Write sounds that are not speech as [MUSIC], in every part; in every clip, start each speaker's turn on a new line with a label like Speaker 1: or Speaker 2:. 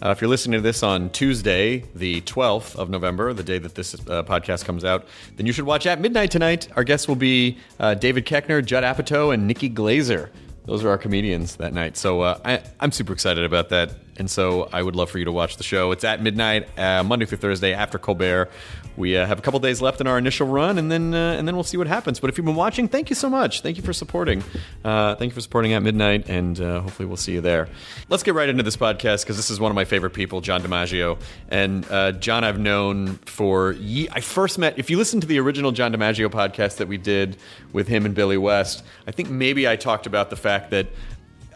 Speaker 1: Uh, if you're listening to this on Tuesday, the 12th of November, the day that this uh, podcast comes out, then you should watch At Midnight tonight. Our guests will be uh, David Keckner, Judd Apatow, and Nikki Glazer. Those are our comedians that night. So uh, I, I'm super excited about that. And so I would love for you to watch the show. It's at midnight, uh, Monday through Thursday after Colbert. We uh, have a couple days left in our initial run, and then uh, and then we'll see what happens. But if you've been watching, thank you so much. Thank you for supporting. Uh, thank you for supporting at midnight, and uh, hopefully we'll see you there. Let's get right into this podcast because this is one of my favorite people, John DiMaggio. And uh, John, I've known for ye- I first met. If you listen to the original John DiMaggio podcast that we did with him and Billy West, I think maybe I talked about the fact that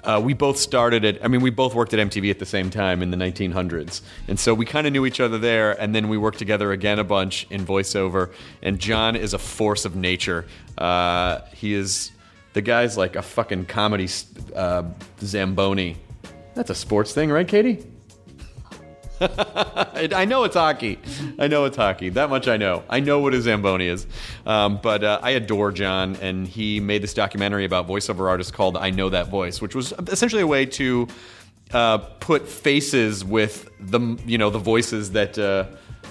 Speaker 1: uh, we both started at, I mean, we both worked at MTV at the same time in the 1900s. And so we kind of knew each other there, and then we worked together again a bunch in voiceover. And John is a force of nature. Uh, he is, the guy's like a fucking comedy uh, Zamboni. That's a sports thing, right, Katie? I I know it's hockey. I know it's hockey. That much I know. I know what a Zamboni is. Um, but uh, I adore John, and he made this documentary about voiceover artists called I Know That Voice, which was essentially a way to uh, put faces with the, you know, the voices that. Uh,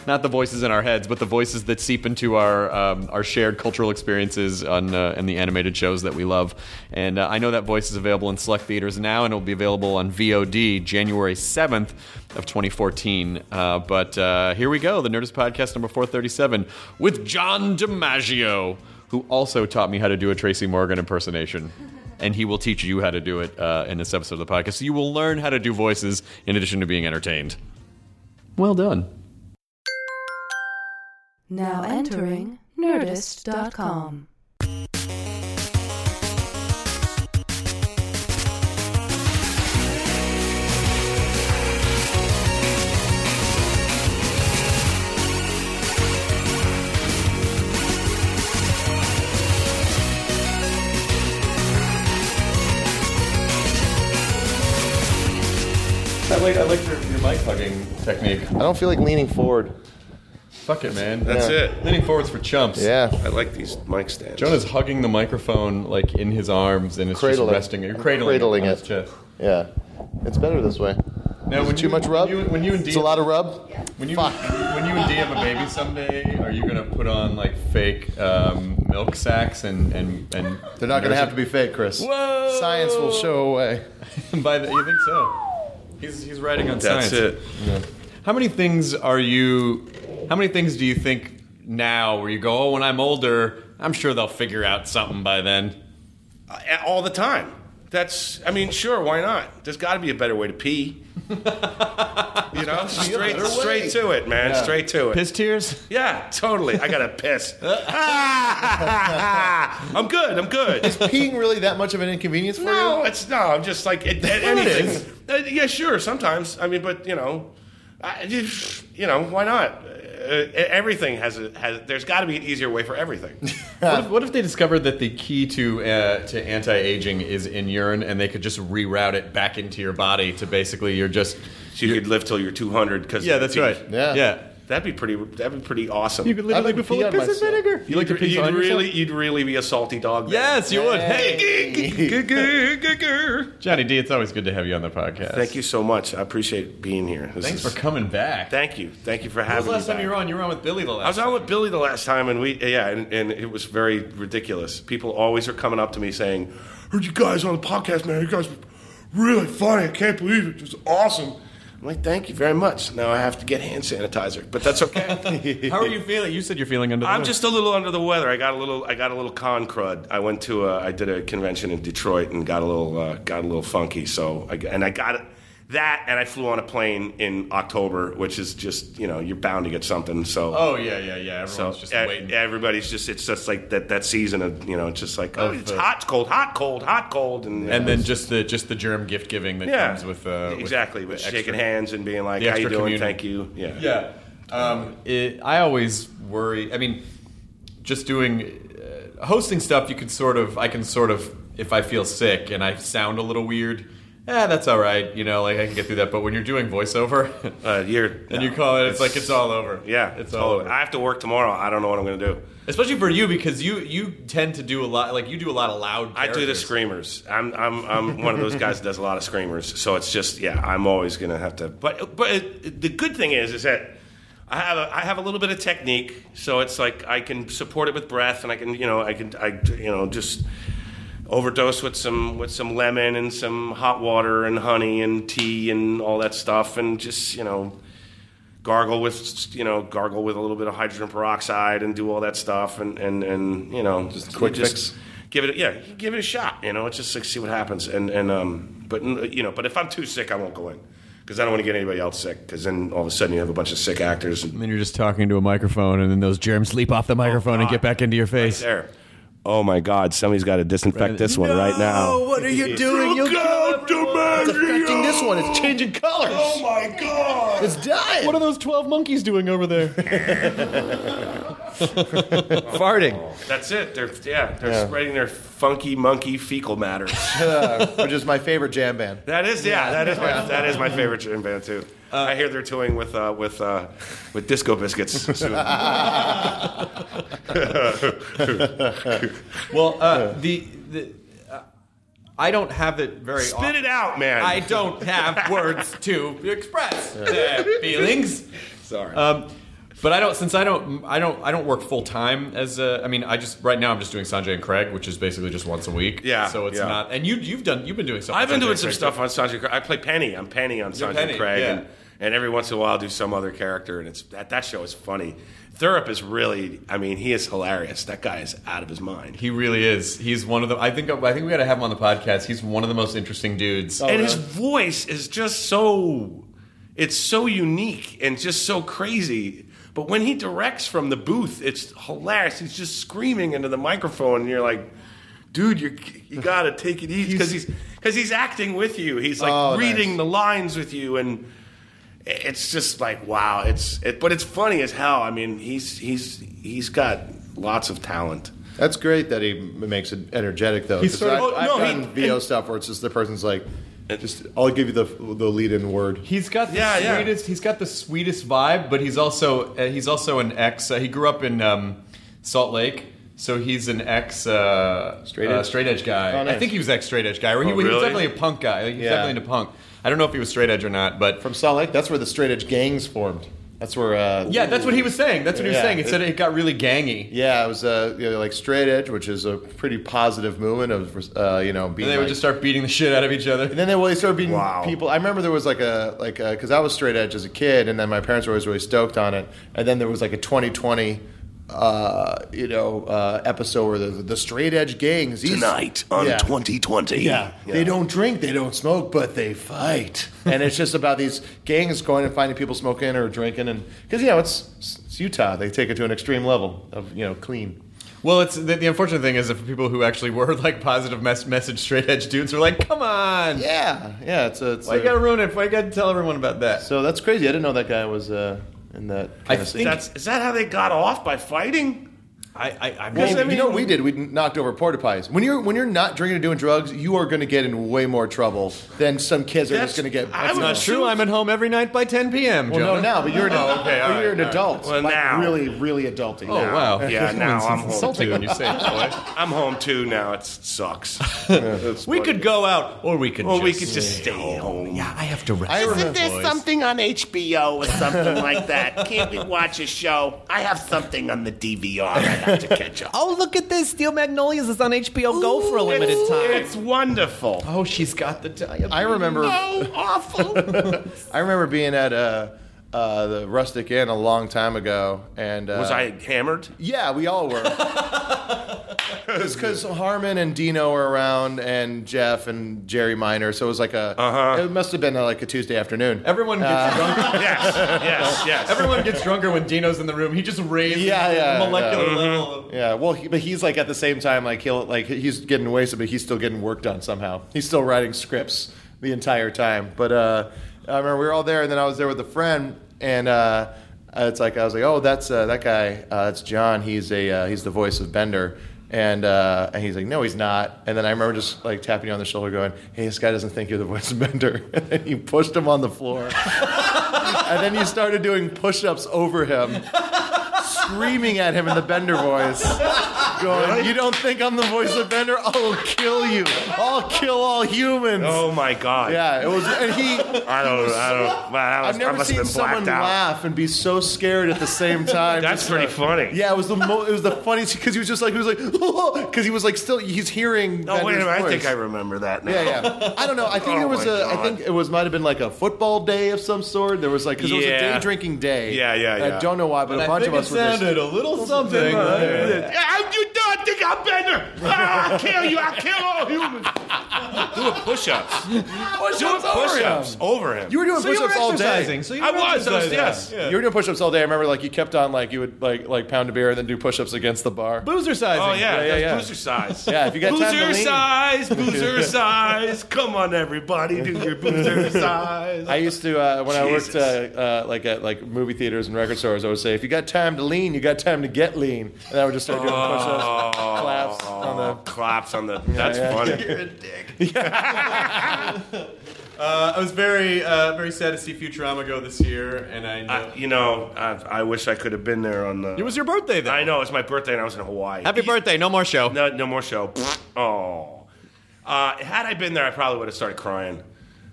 Speaker 1: not the voices in our heads, but the voices that seep into our um, our shared cultural experiences on uh, in the animated shows that we love. And uh, I know that voice is available in select theaters now, and it will be available on VOD January seventh of 2014. Uh, but uh, here we go, the Nerdist Podcast number 437 with John DiMaggio, who also taught me how to do a Tracy Morgan impersonation. And he will teach you how to do it uh, in this episode of the podcast. So you will learn how to do voices in addition to being entertained. Well done.
Speaker 2: Now entering Nerdist.com.
Speaker 1: I like, I like your, your mic hugging technique.
Speaker 3: I don't feel like leaning forward.
Speaker 1: Fuck it, man.
Speaker 4: That's
Speaker 3: Yeah.
Speaker 4: it.
Speaker 1: Leaning forwards for chumps.
Speaker 3: Yeah.
Speaker 4: I like these mic stands.
Speaker 1: Jonah's hugging the microphone like in his arms and it's
Speaker 3: Cradling.
Speaker 1: just resting. You're cradling,
Speaker 3: Cradling
Speaker 1: it. on
Speaker 3: it.
Speaker 1: his chest.
Speaker 3: Yeah. It's better this way.
Speaker 1: Now,
Speaker 3: Too much rub?
Speaker 1: When you, when you and
Speaker 3: it's
Speaker 1: Dee-
Speaker 3: a lot of rub?
Speaker 1: When you
Speaker 3: Fuck.
Speaker 1: when you and Dee have a baby someday, are you gonna put on like fake um, milk sacks and and and?
Speaker 3: They're not going to have to be fake, Chris.
Speaker 1: Whoa!
Speaker 3: Science will show away.
Speaker 1: [LAUGHS] By the, you think so? He's he's writing on
Speaker 4: That's
Speaker 1: science.
Speaker 4: it.
Speaker 1: How many things are you? How many things do you think now where you go? Oh, when I'm older, I'm sure they'll figure out something by then.
Speaker 4: A- All the time. That's, I mean, sure, why not? There's got to be a better way
Speaker 1: [LAUGHS]
Speaker 4: to pee. you know, straight, straight to it, man. Straight to it.
Speaker 1: Piss tears.
Speaker 4: Yeah, totally. I got
Speaker 1: [LAUGHS]
Speaker 4: to piss. [LAUGHS] I'm good. I'm good.
Speaker 3: Peeing really that much of an inconvenience for
Speaker 4: No,
Speaker 3: you?
Speaker 4: it's no. I'm just like it, it, anything. Uh, yeah, sure. Sometimes I mean, but you know, I, you you know, why not? Uh, everything has a has. There's got to be an easier way for everything.
Speaker 1: What if, what if they discovered that the key to uh, to anti aging is in urine, and they could just reroute it back into your body to basically you're just
Speaker 4: so you could live till you're 200. Because
Speaker 1: yeah, that's right.
Speaker 3: Yeah.
Speaker 1: yeah.
Speaker 4: That'd be pretty. That'd be pretty awesome.
Speaker 1: You could
Speaker 3: I'd
Speaker 1: literally
Speaker 3: like
Speaker 1: be
Speaker 3: to
Speaker 1: full
Speaker 3: pee
Speaker 1: of
Speaker 3: on
Speaker 1: piss and
Speaker 3: myself.
Speaker 1: vinegar. You like to
Speaker 4: would
Speaker 1: pee on
Speaker 4: really,
Speaker 1: yourself?
Speaker 4: you'd really be a salty dog. then.
Speaker 1: Yes, you would. Hey,
Speaker 4: Hey.
Speaker 1: Johnny D, it's always good to have you on the podcast.
Speaker 4: [LAUGHS] Thank you so much. I appreciate being here. This
Speaker 1: Thanks for
Speaker 4: is-
Speaker 1: coming back.
Speaker 4: Thank you. Thank you for
Speaker 1: When was
Speaker 4: having
Speaker 1: the
Speaker 4: me.
Speaker 1: last time
Speaker 4: back.
Speaker 1: you were on? You were on with Billy the last.
Speaker 4: I was on with Billy the last time, and we yeah, and, and it was very ridiculous. People always are coming up to me saying, "Heard you guys on the podcast, man. You guys were really funny. I can't believe it. Just awesome." I'm like, "Thank you very much." Now I have to get hand sanitizer, but
Speaker 1: [LAUGHS]
Speaker 4: that's okay.
Speaker 1: How are you feeling? You said you're feeling under. The
Speaker 4: I'm
Speaker 1: weather.
Speaker 4: just a little under the weather. I got a little. I got a little con crud. I went to. A, I did a convention in Detroit and got a little. Uh, got a little funky. So I, and I got that, and I flew on a plane in October, which is just you know you're bound to get something. So
Speaker 1: Oh yeah, yeah, yeah. Everyone's
Speaker 4: so
Speaker 1: just
Speaker 4: e-
Speaker 1: waiting.
Speaker 4: everybody's just it's just like that that season of you know it's just like oh
Speaker 1: Of
Speaker 4: it's
Speaker 1: the-
Speaker 4: hot cold hot cold hot cold and
Speaker 1: and then just the just the germ gift giving that
Speaker 4: yeah
Speaker 1: comes with uh, with
Speaker 4: exactly
Speaker 1: the
Speaker 4: with
Speaker 1: extra-
Speaker 4: shaking hands and being like
Speaker 1: the
Speaker 4: how you
Speaker 1: extra
Speaker 4: doing
Speaker 1: community.
Speaker 4: thank you yeah
Speaker 1: Yeah. Um, it, I always worry. I mean, just doing uh, hosting stuff, you can sort of, I can sort of, if I feel sick and I sound a little weird, eh, that's all right. You know, like I can get through that. But when you're doing voiceover [LAUGHS]
Speaker 4: uh, you're
Speaker 1: and
Speaker 4: no,
Speaker 1: you call it, it's, like it's all over.
Speaker 4: yeah
Speaker 1: it's all
Speaker 4: totally.
Speaker 1: over.
Speaker 4: I have to work tomorrow I don't know what I'm gonna do
Speaker 1: Especially for you because you you tend to do a lot, like you do a lot of loud.
Speaker 4: I do the
Speaker 1: characters.
Speaker 4: screamers I'm I'm I'm one of those guys that does a lot of screamers so it's just yeah I'm always gonna have to but but it, the good thing is is that. I have, a, I have a little bit of technique, so it's like I can support it with breath, and I can, you know, I can, I, you know, just overdose with some with some lemon and some hot water and honey and tea and all that stuff and just you know gargle with you know gargle with a little bit of hydrogen peroxide and do all that stuff and and and you know just
Speaker 3: quick fix.
Speaker 4: give it a- yeah give it a shot you know it's just like see what happens and and um but you know but if I'm too sick I won't go in because I don't want to get anybody else sick because then all of a sudden you have a bunch of sick actors and
Speaker 1: And then you're just talking to a microphone, and then those germs leap off the microphone
Speaker 4: Oh,
Speaker 1: and get back into your face.
Speaker 4: there. Oh my God! Somebody's got to disinfect this one right now.
Speaker 1: what are you doing?
Speaker 4: Look out,
Speaker 3: Affecting this one, it's changing colors.
Speaker 4: Oh my god!
Speaker 3: It's dying.
Speaker 1: What are those 12 monkeys doing over there? Farting.
Speaker 4: That's it. They're yeah, they're spreading their funky monkey fecal matter.
Speaker 3: Which is my favorite jam band.
Speaker 4: that is yeah, that is my that is my favorite gym band too. I hear they're touring with uh, with uh, with Disco Biscuits soon.
Speaker 1: [LAUGHS] Well, uh, the, the uh, I don't have it very
Speaker 4: Spit it out,
Speaker 1: [LAUGHS]
Speaker 4: man.
Speaker 1: I don't have words to express uh, feelings.
Speaker 4: Sorry.
Speaker 1: Um, but I don't since I don't I don't I don't work full time as a, I mean I just right now I'm just doing Sanjay and Craig, which is basically just once a week.
Speaker 4: Yeah,
Speaker 1: So it's
Speaker 4: yeah.
Speaker 1: not and you you've done you've been doing stuff.
Speaker 4: I've
Speaker 1: with
Speaker 4: been
Speaker 1: Sanjay
Speaker 4: doing
Speaker 1: and
Speaker 4: some
Speaker 1: Craig,
Speaker 4: stuff
Speaker 1: too.
Speaker 4: on Sanjay. Craig. I play Penny. I'm Penny on Sanjay
Speaker 1: Penny,
Speaker 4: Craig,
Speaker 1: yeah.
Speaker 4: and, and every once in a while I'll do some other character, and it's that that show is funny. Thurup is really, I mean, he is hilarious. That guy is out of his mind.
Speaker 1: He really is. He's one of the. I think. I think we got to have him on the podcast. He's one of the most interesting
Speaker 3: Oh,
Speaker 1: dudes.
Speaker 4: and his voice is just so it's so unique and just so crazy but when he directs from the booth it's hilarious he's just screaming into the microphone and you're like dude you you got to take it easy cuz he's cuz he's acting with you he's like
Speaker 3: Oh,
Speaker 4: reading
Speaker 3: nice.
Speaker 4: the lines with you and it's just like wow it's it, but it's funny as hell i mean he's he's he's got lots of talent
Speaker 3: That's great that he m- makes it energetic though.
Speaker 1: He's
Speaker 3: 'cause
Speaker 1: sort of-
Speaker 4: oh,
Speaker 3: I've,
Speaker 4: no,
Speaker 3: I've done
Speaker 4: he-
Speaker 3: VO
Speaker 4: and-
Speaker 3: stuff where it's just the person's like, just I'll give you the the lead in word.
Speaker 1: He's got the
Speaker 4: Yeah, yeah.
Speaker 1: sweetest. He's got the sweetest vibe, but he's also uh, he's also an ex. Uh, he grew up in um, Salt Lake, so he's an ex uh,
Speaker 3: Straight
Speaker 1: uh,
Speaker 3: edge?
Speaker 1: straight edge guy.
Speaker 3: Oh, nice.
Speaker 1: I think he was ex straight edge guy, or he,
Speaker 4: Oh,
Speaker 1: was- he was
Speaker 4: really?
Speaker 1: definitely a punk guy. Like, He was
Speaker 3: Yeah.
Speaker 1: definitely into punk. I don't know if he was straight edge or not, but
Speaker 3: From Salt Lake, that's where the straight edge gangs formed. That's where. Uh,
Speaker 1: yeah, that's what he was saying. That's what he was
Speaker 3: Yeah.
Speaker 1: saying. He said it got really gangy.
Speaker 3: Yeah, it was uh, you know, like straight edge, which is a pretty positive movement of uh, you know being.
Speaker 1: And they would
Speaker 3: like-
Speaker 1: just start beating the shit out of each other.
Speaker 3: And then they well, they started beating
Speaker 4: Wow.
Speaker 3: people. I remember there was like a like because I was straight edge as a kid, and then my parents were always really stoked on it. And then there was like a 2020, uh, you know, uh, episode where the, the straight edge gangs these-
Speaker 4: tonight on
Speaker 3: Yeah.
Speaker 4: 2020
Speaker 3: Yeah. They don't drink, they don't smoke, but
Speaker 1: [LAUGHS]
Speaker 3: they fight. and it's just about these gangs going and finding people smoking or drinking, and because you know it's, it's Utah, they take it to an extreme level of you know clean.
Speaker 1: Well, it's the, the unfortunate thing is that for people who actually were like positive mes- message straight edge dudes, were like, come on,
Speaker 3: Yeah, yeah, it's a. It's
Speaker 1: why
Speaker 3: a-
Speaker 1: you gotta ruin it? Why you gotta tell everyone about that?
Speaker 3: so that's crazy. I didn't know that guy was uh, in that. Kind
Speaker 1: I
Speaker 3: of
Speaker 1: think-
Speaker 4: That's is that how they got off by fighting?
Speaker 1: I, I, I
Speaker 3: Well,
Speaker 1: mean,
Speaker 3: you know what we did? We knocked over porta pies. When you're when you're not drinking and doing drugs, you are going to get in way more trouble than some kids are
Speaker 4: That's-
Speaker 3: just going to get.
Speaker 4: I
Speaker 1: that's
Speaker 4: would
Speaker 1: not
Speaker 4: assume-
Speaker 1: true. I'm at home every night by 10 p.m.
Speaker 3: well, no,
Speaker 1: Jonah.
Speaker 3: now, but you're an,
Speaker 4: Oh, okay, all
Speaker 3: but you're an
Speaker 4: right, all right.
Speaker 3: adult.
Speaker 4: Well,
Speaker 3: like,
Speaker 4: now.
Speaker 3: really, really adulty.
Speaker 1: Oh wow.
Speaker 4: Yeah, now I'm
Speaker 1: [LAUGHS] It's insulting when
Speaker 4: home too.
Speaker 1: you say "Oh, it that way.
Speaker 4: I'm home too now. It sucks. That's
Speaker 1: We
Speaker 4: what-
Speaker 1: could go out, or we could.
Speaker 4: Or
Speaker 1: just
Speaker 4: we could just stay home.
Speaker 1: Yeah, I have to rest.
Speaker 3: I remember-
Speaker 5: There's something on HBO or something like that. Can't we watch a show? I have something on the DVR I have to catch up.
Speaker 6: Oh, look at this. Steel Magnolias is on HBO Go for a limited
Speaker 4: it's,
Speaker 6: time.
Speaker 4: It's wonderful.
Speaker 6: oh, she's got the diabetes.
Speaker 3: I remember.
Speaker 5: Oh, awful.
Speaker 3: I remember being at uh, uh, the rustic inn a long time ago, and uh,
Speaker 4: Was I hammered?
Speaker 3: Yeah, we all
Speaker 4: [LAUGHS]
Speaker 3: were. It's because Harmon and Dino were around, and Jeff and Jerry Minor. So it was like a. Uh-huh. It must have been uh, like a Tuesday afternoon.
Speaker 1: Everyone gets drunk.
Speaker 4: Yes, yes, yes.
Speaker 1: Everyone gets drunker when Dino's in the room. He just raises
Speaker 3: [LAUGHS] Yeah, yeah,
Speaker 1: the molecular
Speaker 4: uh-huh.
Speaker 3: yeah.
Speaker 1: level. Of,
Speaker 3: Yeah, well, he, but he's like at the same time, like he'll like he's getting wasted, but he's still getting work done somehow. He's still writing scripts the entire time. But uh, I remember we were all there, and then I was there with a friend, and uh, it's like I was like, oh, that's uh, that guy, uh, that's John. He's a uh, he's the voice of Bender. And, uh, and he's like, no, he's not. And then I remember just like tapping you on the shoulder, going, "Hey, this guy doesn't think you're the voice of Bender." [LAUGHS] And then you pushed him on the floor, and then you started doing push-ups over him, screaming at him in the Bender voice going, You don't think I'm the voice of Bender? I'll kill you. I'll kill all humans.
Speaker 4: Oh my god.
Speaker 3: Yeah, it was, and he.
Speaker 4: I don't. I don't. Wow, I was,
Speaker 3: I've
Speaker 4: I
Speaker 3: never
Speaker 4: must
Speaker 3: seen
Speaker 4: have been blacked
Speaker 3: someone
Speaker 4: out.
Speaker 3: laugh and be so scared at
Speaker 5: [LAUGHS]
Speaker 3: the same time.
Speaker 4: That's
Speaker 3: Just,
Speaker 4: pretty
Speaker 3: uh,
Speaker 4: funny.
Speaker 3: Yeah, it was the mo- it was the funniest because he was just like he was like because he was like still [LAUGHS] he's hearing.
Speaker 4: Oh wait a
Speaker 3: Bender's
Speaker 4: minute. I
Speaker 3: voice.
Speaker 4: think I remember that. Now.
Speaker 3: Yeah, yeah. I don't know. I think
Speaker 4: [LAUGHS] Oh
Speaker 3: there was
Speaker 4: my
Speaker 3: a. I
Speaker 4: God.
Speaker 3: think it was might have been like a football day of some sort. There was like because it was
Speaker 4: Yeah.
Speaker 3: a day drinking day.
Speaker 4: Yeah, yeah,
Speaker 3: And
Speaker 4: yeah.
Speaker 3: I don't know why, but a
Speaker 1: I
Speaker 3: bunch
Speaker 1: think
Speaker 3: of us
Speaker 1: it
Speaker 3: were just-
Speaker 1: sounded a little something.
Speaker 4: How you not think I'm Bender? Ah, I'll kill you. I'll kill all humans. Doing push-ups. Doing push-ups over him.
Speaker 3: You were doing
Speaker 1: So you were
Speaker 3: push-ups all day.
Speaker 1: exercising. So you
Speaker 4: I
Speaker 1: were
Speaker 4: was. I was.
Speaker 1: exercising.
Speaker 4: Yes.
Speaker 3: You were doing push-ups all day. I remember, like you kept on, like you would like like pound a beer and then do push-ups against the bar.
Speaker 1: Boozer sizing.
Speaker 4: Oh yeah,
Speaker 3: Yeah, yeah,
Speaker 4: that's
Speaker 3: yeah.
Speaker 4: boozer size.
Speaker 3: Yeah, if you got
Speaker 4: boozer
Speaker 3: time to lean. [LAUGHS]
Speaker 4: size, boozer size. Come on, everybody, do
Speaker 3: [LAUGHS]
Speaker 4: your boozer size.
Speaker 3: I used to uh, when
Speaker 4: Jesus.
Speaker 3: I worked uh, uh, like at like movie theaters and record stores. I would say, if you got time to lean, you got time to get lean, and I would just start doing push-ups, claps on the.
Speaker 4: claps on the. Oh. That's
Speaker 3: yeah.
Speaker 4: funny. [LAUGHS]
Speaker 1: Uh, I was very, uh, very sad to see Futurama go this year, and I. Know-
Speaker 4: I, you know, I, I wish I could have been there on the.
Speaker 1: Uh, it was your birthday, though.
Speaker 4: I know it's my birthday, and I was in Hawaii.
Speaker 1: Happy birthday! No more show.
Speaker 4: No, no more show. oh, uh, had I been there, I probably would have started crying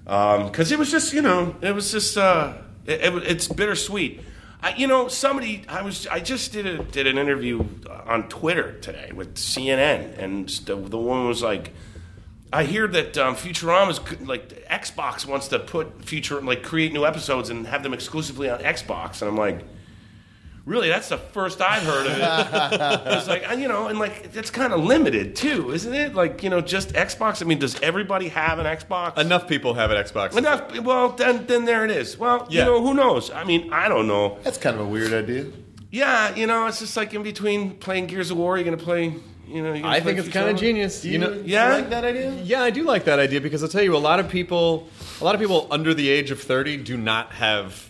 Speaker 4: because Um, it was just you know it was just uh, it, it, it's bittersweet. I, you know, somebody I was I just did a did an interview on Twitter today with CNN, and the, the woman was like. I hear that um, Futurama's g- like Xbox wants to put future like create new episodes and have them exclusively on Xbox, and I'm like, really? That's the first I've heard of it. it's like and, you know, and like that's kind of limited too, isn't it? Like you know, just Xbox. I mean, does everybody have an Xbox?
Speaker 1: Enough people have an Xbox.
Speaker 4: Enough. Well, then then there it is. Well,
Speaker 1: Yeah.
Speaker 4: you know, who knows? I mean, I don't know.
Speaker 3: That's kind of a weird idea.
Speaker 4: Yeah, you know, it's just like in between playing Gears of War, you're gonna play. You know, you're gonna
Speaker 1: I
Speaker 4: play
Speaker 1: think it's
Speaker 4: Futurama.
Speaker 1: kind of genius. You, know,
Speaker 4: Yeah.
Speaker 3: like that idea?
Speaker 1: Yeah, I do like that idea because I'll tell you, a lot of people, a lot of people under the age of thirty do not have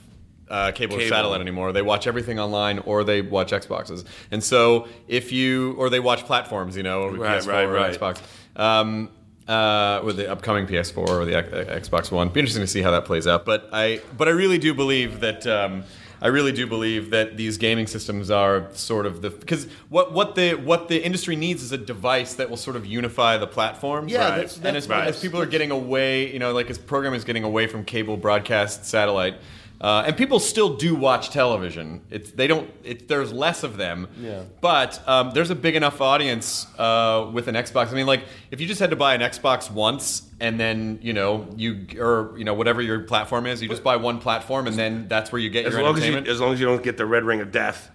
Speaker 1: uh, cable, or
Speaker 4: Cable.
Speaker 1: satellite anymore. They watch everything online, or they watch Xboxes. And so, if you or they watch platforms, you know,
Speaker 4: Right,
Speaker 1: PS4
Speaker 4: right,
Speaker 1: or
Speaker 4: right.
Speaker 1: Xbox, um, uh, with the upcoming PS4 or the X- Xbox One. Be interesting to see how that plays out. But I, but I really do believe that. Um, I really do believe that these gaming systems are sort of the because what what the what the industry needs is a device that will sort of unify the platform.
Speaker 3: Yeah, that's-
Speaker 1: and as,
Speaker 3: that's-
Speaker 4: Right.
Speaker 1: as people are getting away, you know, like as programming is getting away from cable, broadcast, satellite, uh, and people still do watch television. It's they don't. It, there's less of them.
Speaker 3: Yeah.
Speaker 1: But um, there's a big enough audience uh, with an Xbox. I mean, like if you just had to buy an Xbox once and then you know you or you know whatever your platform is, you just buy one platform and then that's where you get
Speaker 4: As
Speaker 1: your
Speaker 4: long as you
Speaker 1: entertainment.
Speaker 4: as long as you don't get the red ring of death.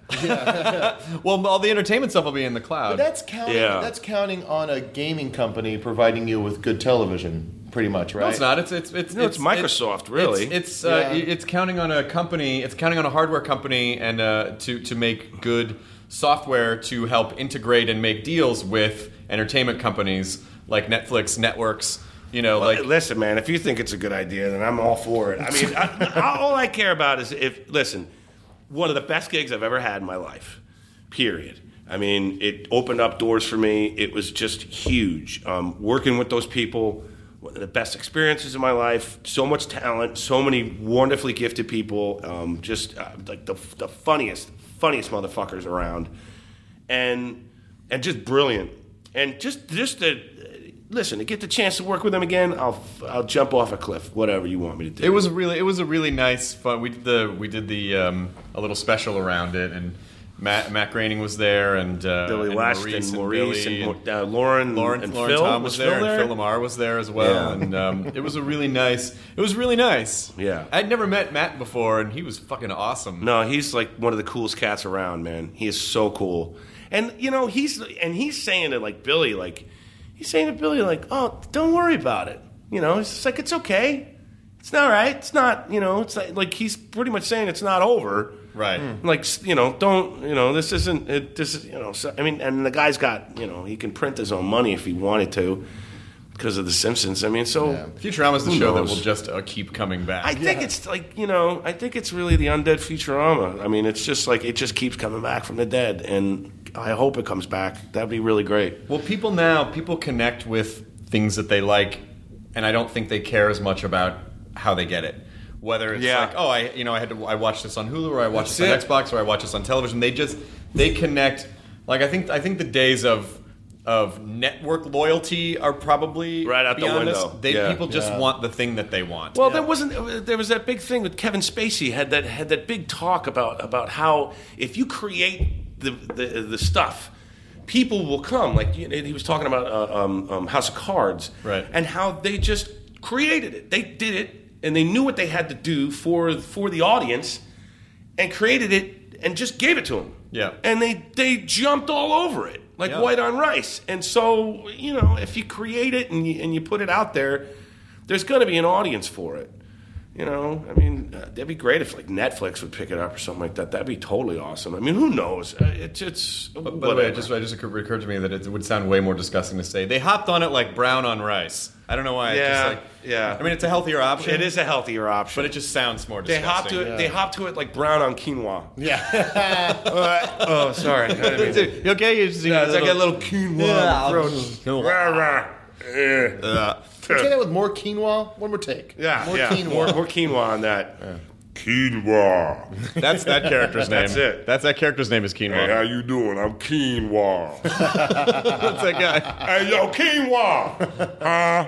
Speaker 1: well, all the entertainment stuff will be in the cloud.
Speaker 3: That's counting.
Speaker 4: Yeah.
Speaker 3: That's counting on a gaming company providing you with good television, pretty much, right?
Speaker 1: No, it's not. It's it's it's
Speaker 4: No, it's Microsoft,
Speaker 1: it's-
Speaker 4: really.
Speaker 1: It's it's, uh,
Speaker 3: Yeah.
Speaker 1: it's counting on a company. It's counting on a hardware company and uh, to to make good software to help integrate and make deals with entertainment companies like Netflix, networks. You know, like
Speaker 4: listen, man, if you think it's a good idea, then I'm all for it. I mean, I, I- all I care about is if listen, one of the best gigs I've ever had in my life, period, I mean, it opened up doors for me. It was just huge. Um, working with those people, one of the best experiences of my life. So much talent, so many wonderfully gifted people. Um, just uh, like the, the funniest, funniest motherfuckers around, and and just brilliant. And just just to listen to get the chance to work with them again. I'll I'll jump off a cliff. Whatever you want me to do.
Speaker 1: It was really, it was a really nice fun. We did the, we did the um, a little special around it, and Matt Matt Groening was there, and uh,
Speaker 4: Billy
Speaker 1: and
Speaker 4: West
Speaker 1: Maurice
Speaker 4: and Maurice
Speaker 1: Billy
Speaker 4: and, uh, Lauren,
Speaker 1: Lauren,
Speaker 4: and
Speaker 1: Lauren
Speaker 4: Phil.
Speaker 1: Tom was, there,
Speaker 4: Phil
Speaker 1: and Phil Lamar was there as well,
Speaker 4: Yeah.
Speaker 1: and um, it was a really nice. It was really nice.
Speaker 4: Yeah.
Speaker 1: I'd never met Matt before, and he was fucking awesome.
Speaker 4: No, he's like one of the coolest cats around, man. He is so cool. And you know, he's and he's saying to like Billy, like he's saying to Billy, like, oh, don't worry about it. You know, it's just like it's okay. It's not right. It's not. You know, it's like, like he's pretty much saying it's not over.
Speaker 1: Right.
Speaker 4: Like s- you know, don't you know? This isn't. It, this is you know. So, I mean, and the guy's got you know. He can print his own money if he wanted to, because of the Simpsons. I mean, so
Speaker 1: Futurama's the
Speaker 4: Who
Speaker 1: show
Speaker 4: knows?
Speaker 1: that will just uh, keep coming back.
Speaker 4: I think it's like you know. I think it's really the undead Futurama. I mean, it's just like it just keeps coming back from the dead, and I hope it comes back. That'd be really great.
Speaker 1: Well, people now people connect with things that they like, and I don't think they care as much about how they get it. Whether it's
Speaker 4: Yeah.
Speaker 1: like, oh, I you know I had to I watched this on Hulu or I watched
Speaker 4: That's
Speaker 1: this on Xbox or I watched this on television. They just they connect. Like I think I think the days of of network loyalty are probably
Speaker 4: Right out the
Speaker 1: beyond us.
Speaker 4: window.
Speaker 1: They,
Speaker 4: Yeah.
Speaker 1: People just want the thing that they want.
Speaker 4: Well, there wasn't. There was that big thing with Kevin Spacey had that had that big talk about about how if you create the the, the stuff, people will come. Like you know, he was talking about uh, um, um, House of Cards,
Speaker 1: Right.
Speaker 4: And how they just created it. They did it, and they knew what they had to do for for the audience, and created it, and just gave it to them.
Speaker 1: Yeah.
Speaker 4: and they they jumped all over it like
Speaker 1: Yeah.
Speaker 4: white on rice. And so you know, if you create it and you, and you put it out there, there's going to be an audience for it. You know, I mean, uh, that'd be great if like Netflix would pick it up or something like that. That'd be totally awesome. I mean, who knows? Uh, It's it's.
Speaker 1: But by the way, it just, it just occurred occurred to me that it would sound way more disgusting to say they hopped on it like brown on rice. I don't know why. it's
Speaker 4: Yeah,
Speaker 1: just like,
Speaker 4: yeah.
Speaker 1: I mean, it's a healthier option.
Speaker 4: it is a healthier option.
Speaker 1: but it just sounds more
Speaker 4: they
Speaker 1: disgusting.
Speaker 4: hop to it. They hop to it like brown on quinoa.
Speaker 1: [LAUGHS]
Speaker 3: Yeah.
Speaker 4: [LAUGHS] Oh, sorry. I didn't mean to.
Speaker 1: You okay? You just
Speaker 4: Yeah, it's like a little quinoa.
Speaker 6: Yeah.
Speaker 1: [LAUGHS]
Speaker 4: throat. Rah, rah. Eh.
Speaker 3: Say that with more quinoa. One more take.
Speaker 4: Yeah,
Speaker 3: More
Speaker 4: yeah.
Speaker 3: quinoa.
Speaker 4: More, more quinoa on that. Quinoa.
Speaker 1: That's that character's name.
Speaker 4: [LAUGHS] That's it.
Speaker 1: That's that character's name is Quinoa.
Speaker 4: you doing? I'm [LAUGHS] quinoa.
Speaker 1: That's that guy.
Speaker 4: hey, yo, quinoa. [LAUGHS] Huh?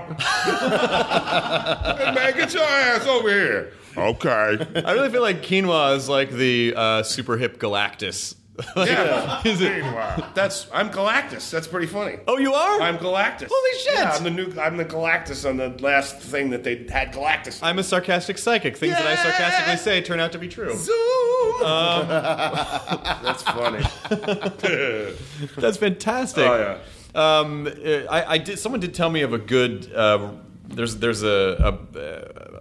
Speaker 4: hey, man, get your ass over here. [LAUGHS] Okay.
Speaker 1: I really feel like Quinoa is like the uh, super hip Galactus. [LAUGHS] Like,
Speaker 4: Yeah.
Speaker 1: is it-
Speaker 4: Quinoa. That's I'm Galactus. That's pretty funny.
Speaker 1: Oh, you are?
Speaker 4: I'm Galactus.
Speaker 1: Holy shit.
Speaker 4: Yeah, I'm the new. I'm the Galactus on the last thing that they had Galactus.
Speaker 1: I'm a sarcastic psychic. Things that I sarcastically say turn out to be true.
Speaker 4: That's funny. [LAUGHS]
Speaker 1: That's fantastic.
Speaker 4: Oh,
Speaker 1: yeah. Um, uh, I, I did. Someone did tell me of a good. Uh, there's there's a,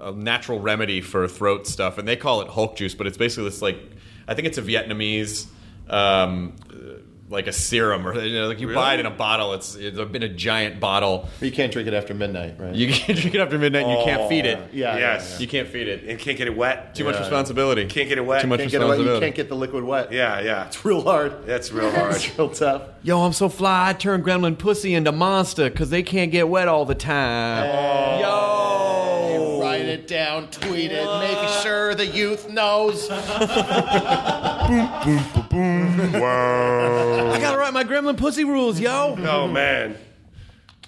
Speaker 1: a a natural remedy for throat stuff, and they call it Hulk juice, but it's basically this like I think it's a Vietnamese. Um, uh, like a serum, or you know, like you buy it in a bottle. It's it's been a giant bottle.
Speaker 3: You can't drink it after midnight, right? Oh,
Speaker 1: You can't drink it after midnight. You can't feed it.
Speaker 3: yeah.
Speaker 4: yes.
Speaker 1: you can't feed it.
Speaker 4: And can't get it wet.
Speaker 1: Too much responsibility.
Speaker 4: Can't get it wet.
Speaker 1: Too much
Speaker 3: Can't get it wet.
Speaker 1: responsibility.
Speaker 3: You can't get the liquid wet.
Speaker 4: Yeah, yeah.
Speaker 3: It's real hard.
Speaker 4: That's real hard.
Speaker 3: It's real tough.
Speaker 6: Yo, I'm so fly. I turn gremlin pussy into monster because they can't get wet all the time.
Speaker 3: Oh. Write it down, tweet it, make sure the youth knows.
Speaker 6: I gotta write my gremlin pussy rules, yo.
Speaker 4: oh man.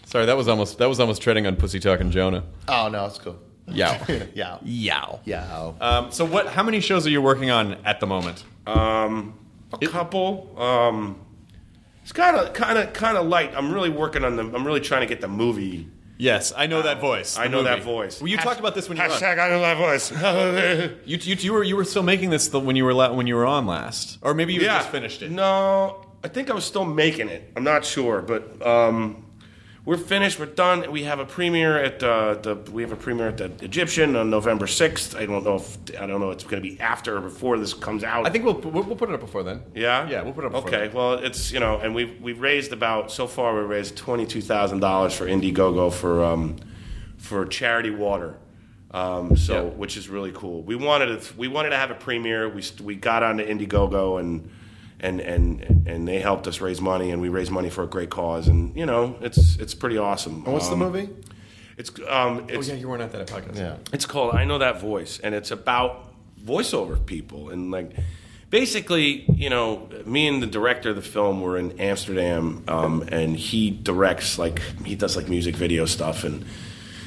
Speaker 1: Sorry, that was almost that was almost treading on pussy talk and Jonah.
Speaker 3: Oh no, it's cool. [LAUGHS]
Speaker 1: Yeah.
Speaker 3: Yeah.
Speaker 6: Yow.
Speaker 3: Yeah.
Speaker 1: Um, so what? How many shows are you working on at the moment?
Speaker 4: Um, a couple. Um, it's kind of kind of kind of light. I'm really working on the. I'm really trying to get the movie.
Speaker 1: Yes, I know that voice.
Speaker 4: I
Speaker 1: the
Speaker 4: know that
Speaker 1: movie.
Speaker 4: voice.
Speaker 1: Well, you
Speaker 4: Hash-
Speaker 1: talked about this when you were on.
Speaker 4: Hashtag I know that voice.
Speaker 1: [LAUGHS] You, you, you were you were still making this the, when you were la- when you were on last, or maybe you had just finished it.
Speaker 4: No, I think I was still making it. I'm not sure, but um, we're finished. We're done. We have a premiere at uh, the. We have a premiere at the Egyptian on November 6th. I don't know if I don't know. If it's going to be after or before this comes out.
Speaker 1: I think we'll, we'll we'll put it up before then.
Speaker 4: Yeah,
Speaker 1: yeah, we'll put it up. Before
Speaker 4: Okay, well, it's you know, and we we raised about so far we raised twenty two thousand dollars for Indiegogo for um, for charity water, um, so
Speaker 1: Yeah.
Speaker 4: which is really cool. We wanted to we wanted to have a premiere. We st- we got onto Indiegogo and and and and they helped us raise money, and we raised money for a great cause, and you know, it's it's pretty awesome.
Speaker 3: And what's the
Speaker 4: Um,
Speaker 3: movie?
Speaker 4: It's um, it's
Speaker 1: you weren't at that podcast.
Speaker 3: Yeah.
Speaker 4: it's called I Know That Voice, and it's about voiceover people. And like, basically, you know, me and the director of the film were in Amsterdam, um, and he directs like he does like music video stuff, and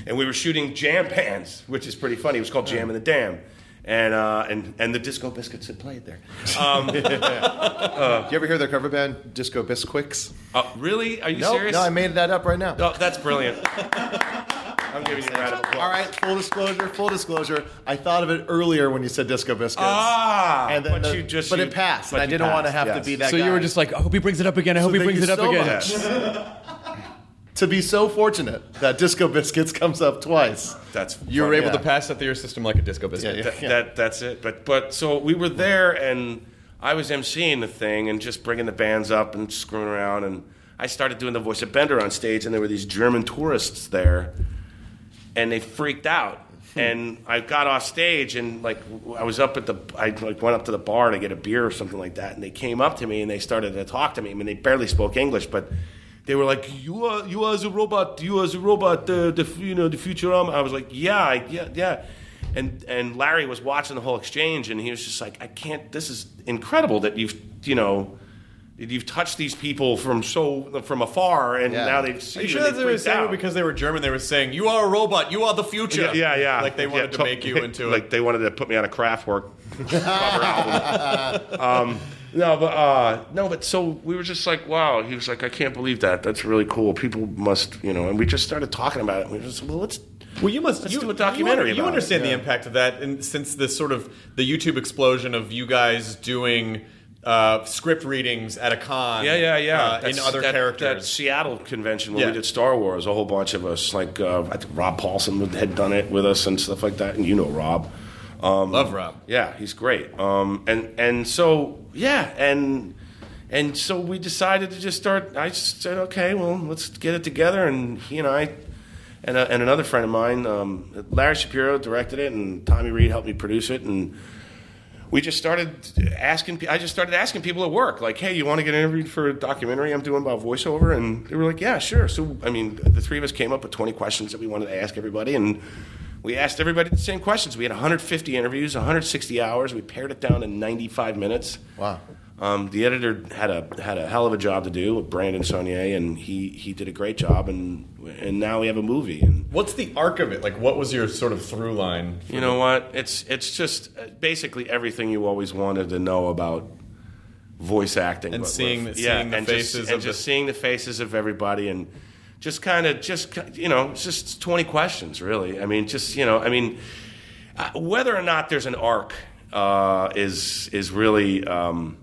Speaker 4: and we were shooting Jam Pans, which is pretty funny. It was called Jam in the Dam. And, uh, and and the Disco Biscuits had played there.
Speaker 3: Do you ever hear their cover band Disco Bisquicks?
Speaker 4: Uh, really? Are you
Speaker 3: No,
Speaker 4: serious?
Speaker 3: no, I made that up right now.
Speaker 4: Oh, that's [LAUGHS] brilliant. I'm giving you a round of applause.
Speaker 3: All right, full disclosure, full disclosure. I thought of it earlier when you said Disco Biscuits.
Speaker 4: Ah,
Speaker 3: and then
Speaker 4: but
Speaker 3: the-
Speaker 4: you just
Speaker 3: but
Speaker 4: you-
Speaker 3: it passed.
Speaker 4: but
Speaker 3: and I
Speaker 4: you
Speaker 3: didn't want to
Speaker 4: passed,
Speaker 3: have to be
Speaker 4: yes.
Speaker 3: that.
Speaker 6: So
Speaker 3: guy.
Speaker 6: you were just like, I hope he brings it up again. I hope he
Speaker 3: thank
Speaker 6: brings
Speaker 3: you
Speaker 6: it up
Speaker 3: so
Speaker 6: again.
Speaker 3: much. to be so fortunate that Disco Biscuits comes up twice.
Speaker 4: That's
Speaker 1: You were
Speaker 4: funny.
Speaker 1: able
Speaker 3: Yeah.
Speaker 1: to pass that through your system like a disco biscuit.
Speaker 3: Yeah,
Speaker 4: Th- that that's it. But but so we were there, and I was emceeing the thing and just bringing the bands up and screwing around, and I started doing the voice of Bender on stage, and there were these German tourists there, and they freaked out.
Speaker 1: Hmm.
Speaker 4: And I got off stage, and like w- I was up at the, I like went up to the bar to get a beer or something like that, and they came up to me and they started to talk to me. I mean, they barely spoke English, but they were like, "You are, you are the robot, you are the robot, uh, the, the you know the Futurama." I was like, "Yeah, I, yeah, yeah," and and Larry was watching the whole exchange, and he was just like, "I can't. This is incredible that you've you know." that You've touched these people from so from afar, and
Speaker 3: Yeah.
Speaker 4: now they've seen
Speaker 1: Are you sure
Speaker 4: and
Speaker 1: that's
Speaker 4: they
Speaker 1: what they were
Speaker 4: freaked
Speaker 1: saying
Speaker 4: out."
Speaker 1: because they were German? They were saying, "You are a robot. You are the future."
Speaker 4: Yeah, yeah, yeah.
Speaker 1: Like they wanted
Speaker 4: Yeah,
Speaker 1: to
Speaker 4: to-
Speaker 1: make
Speaker 4: [LAUGHS]
Speaker 1: you into
Speaker 4: like
Speaker 1: it.
Speaker 4: they wanted to put me on
Speaker 1: [LAUGHS]
Speaker 4: a Kraftwerk cover album. Um, no, but uh, no, but so we were just like, wow. He was like, I can't believe that. That's really cool. People must, you know. And we just started talking about it. And we were just, well, let's.
Speaker 1: Well, you must
Speaker 4: Let's
Speaker 1: you,
Speaker 4: do a documentary
Speaker 1: You, you
Speaker 4: about it.
Speaker 1: understand the impact of that, and since this sort of the YouTube explosion of you guys doing uh, script readings at a con, uh, in
Speaker 4: That's-
Speaker 1: other
Speaker 4: that- That
Speaker 1: characters.
Speaker 4: Seattle convention where
Speaker 1: Yeah.
Speaker 4: we did Star Wars, a whole bunch of us. Like uh, I think Rob Paulson had done it with us and stuff like that. And you know Rob. Um,
Speaker 1: Love Rob.
Speaker 4: Yeah, he's great. Um, and and so yeah, and and so we decided to just start. I just said, okay, well, let's get it together. And he and I, and uh and another friend of mine, um, Larry Shapiro, directed it, and Tommy Reed helped me produce it, and. We just started asking. pe- I just started asking people at work, like, "Hey, you want to get interviewed for a documentary I'm doing about voiceover?" And they were like, "Yeah, sure." So, I mean, the three of us came up with 20 questions that we wanted to ask everybody, and we asked everybody the same questions. We had 150 interviews, 160 hours. We pared it down to 95 minutes.
Speaker 3: Wow.
Speaker 4: Um, the editor had a had a hell of a job to do with Brandon Saunier, and he he did a great job. And and now we have a movie. And
Speaker 1: What's the arc of it? Like, what was your sort of through line?
Speaker 4: you know what? It's it's just uh, basically everything you always wanted to know about voice acting
Speaker 1: And
Speaker 4: but
Speaker 1: seeing
Speaker 4: with-
Speaker 1: the- seeing the
Speaker 4: and just-
Speaker 1: faces
Speaker 4: and
Speaker 1: of
Speaker 4: just
Speaker 1: the-
Speaker 4: seeing the faces of everybody and just kind of just ki- you know it's just 20 questions really i mean just you know i mean uh, whether or not there's an arc uh, is is really um,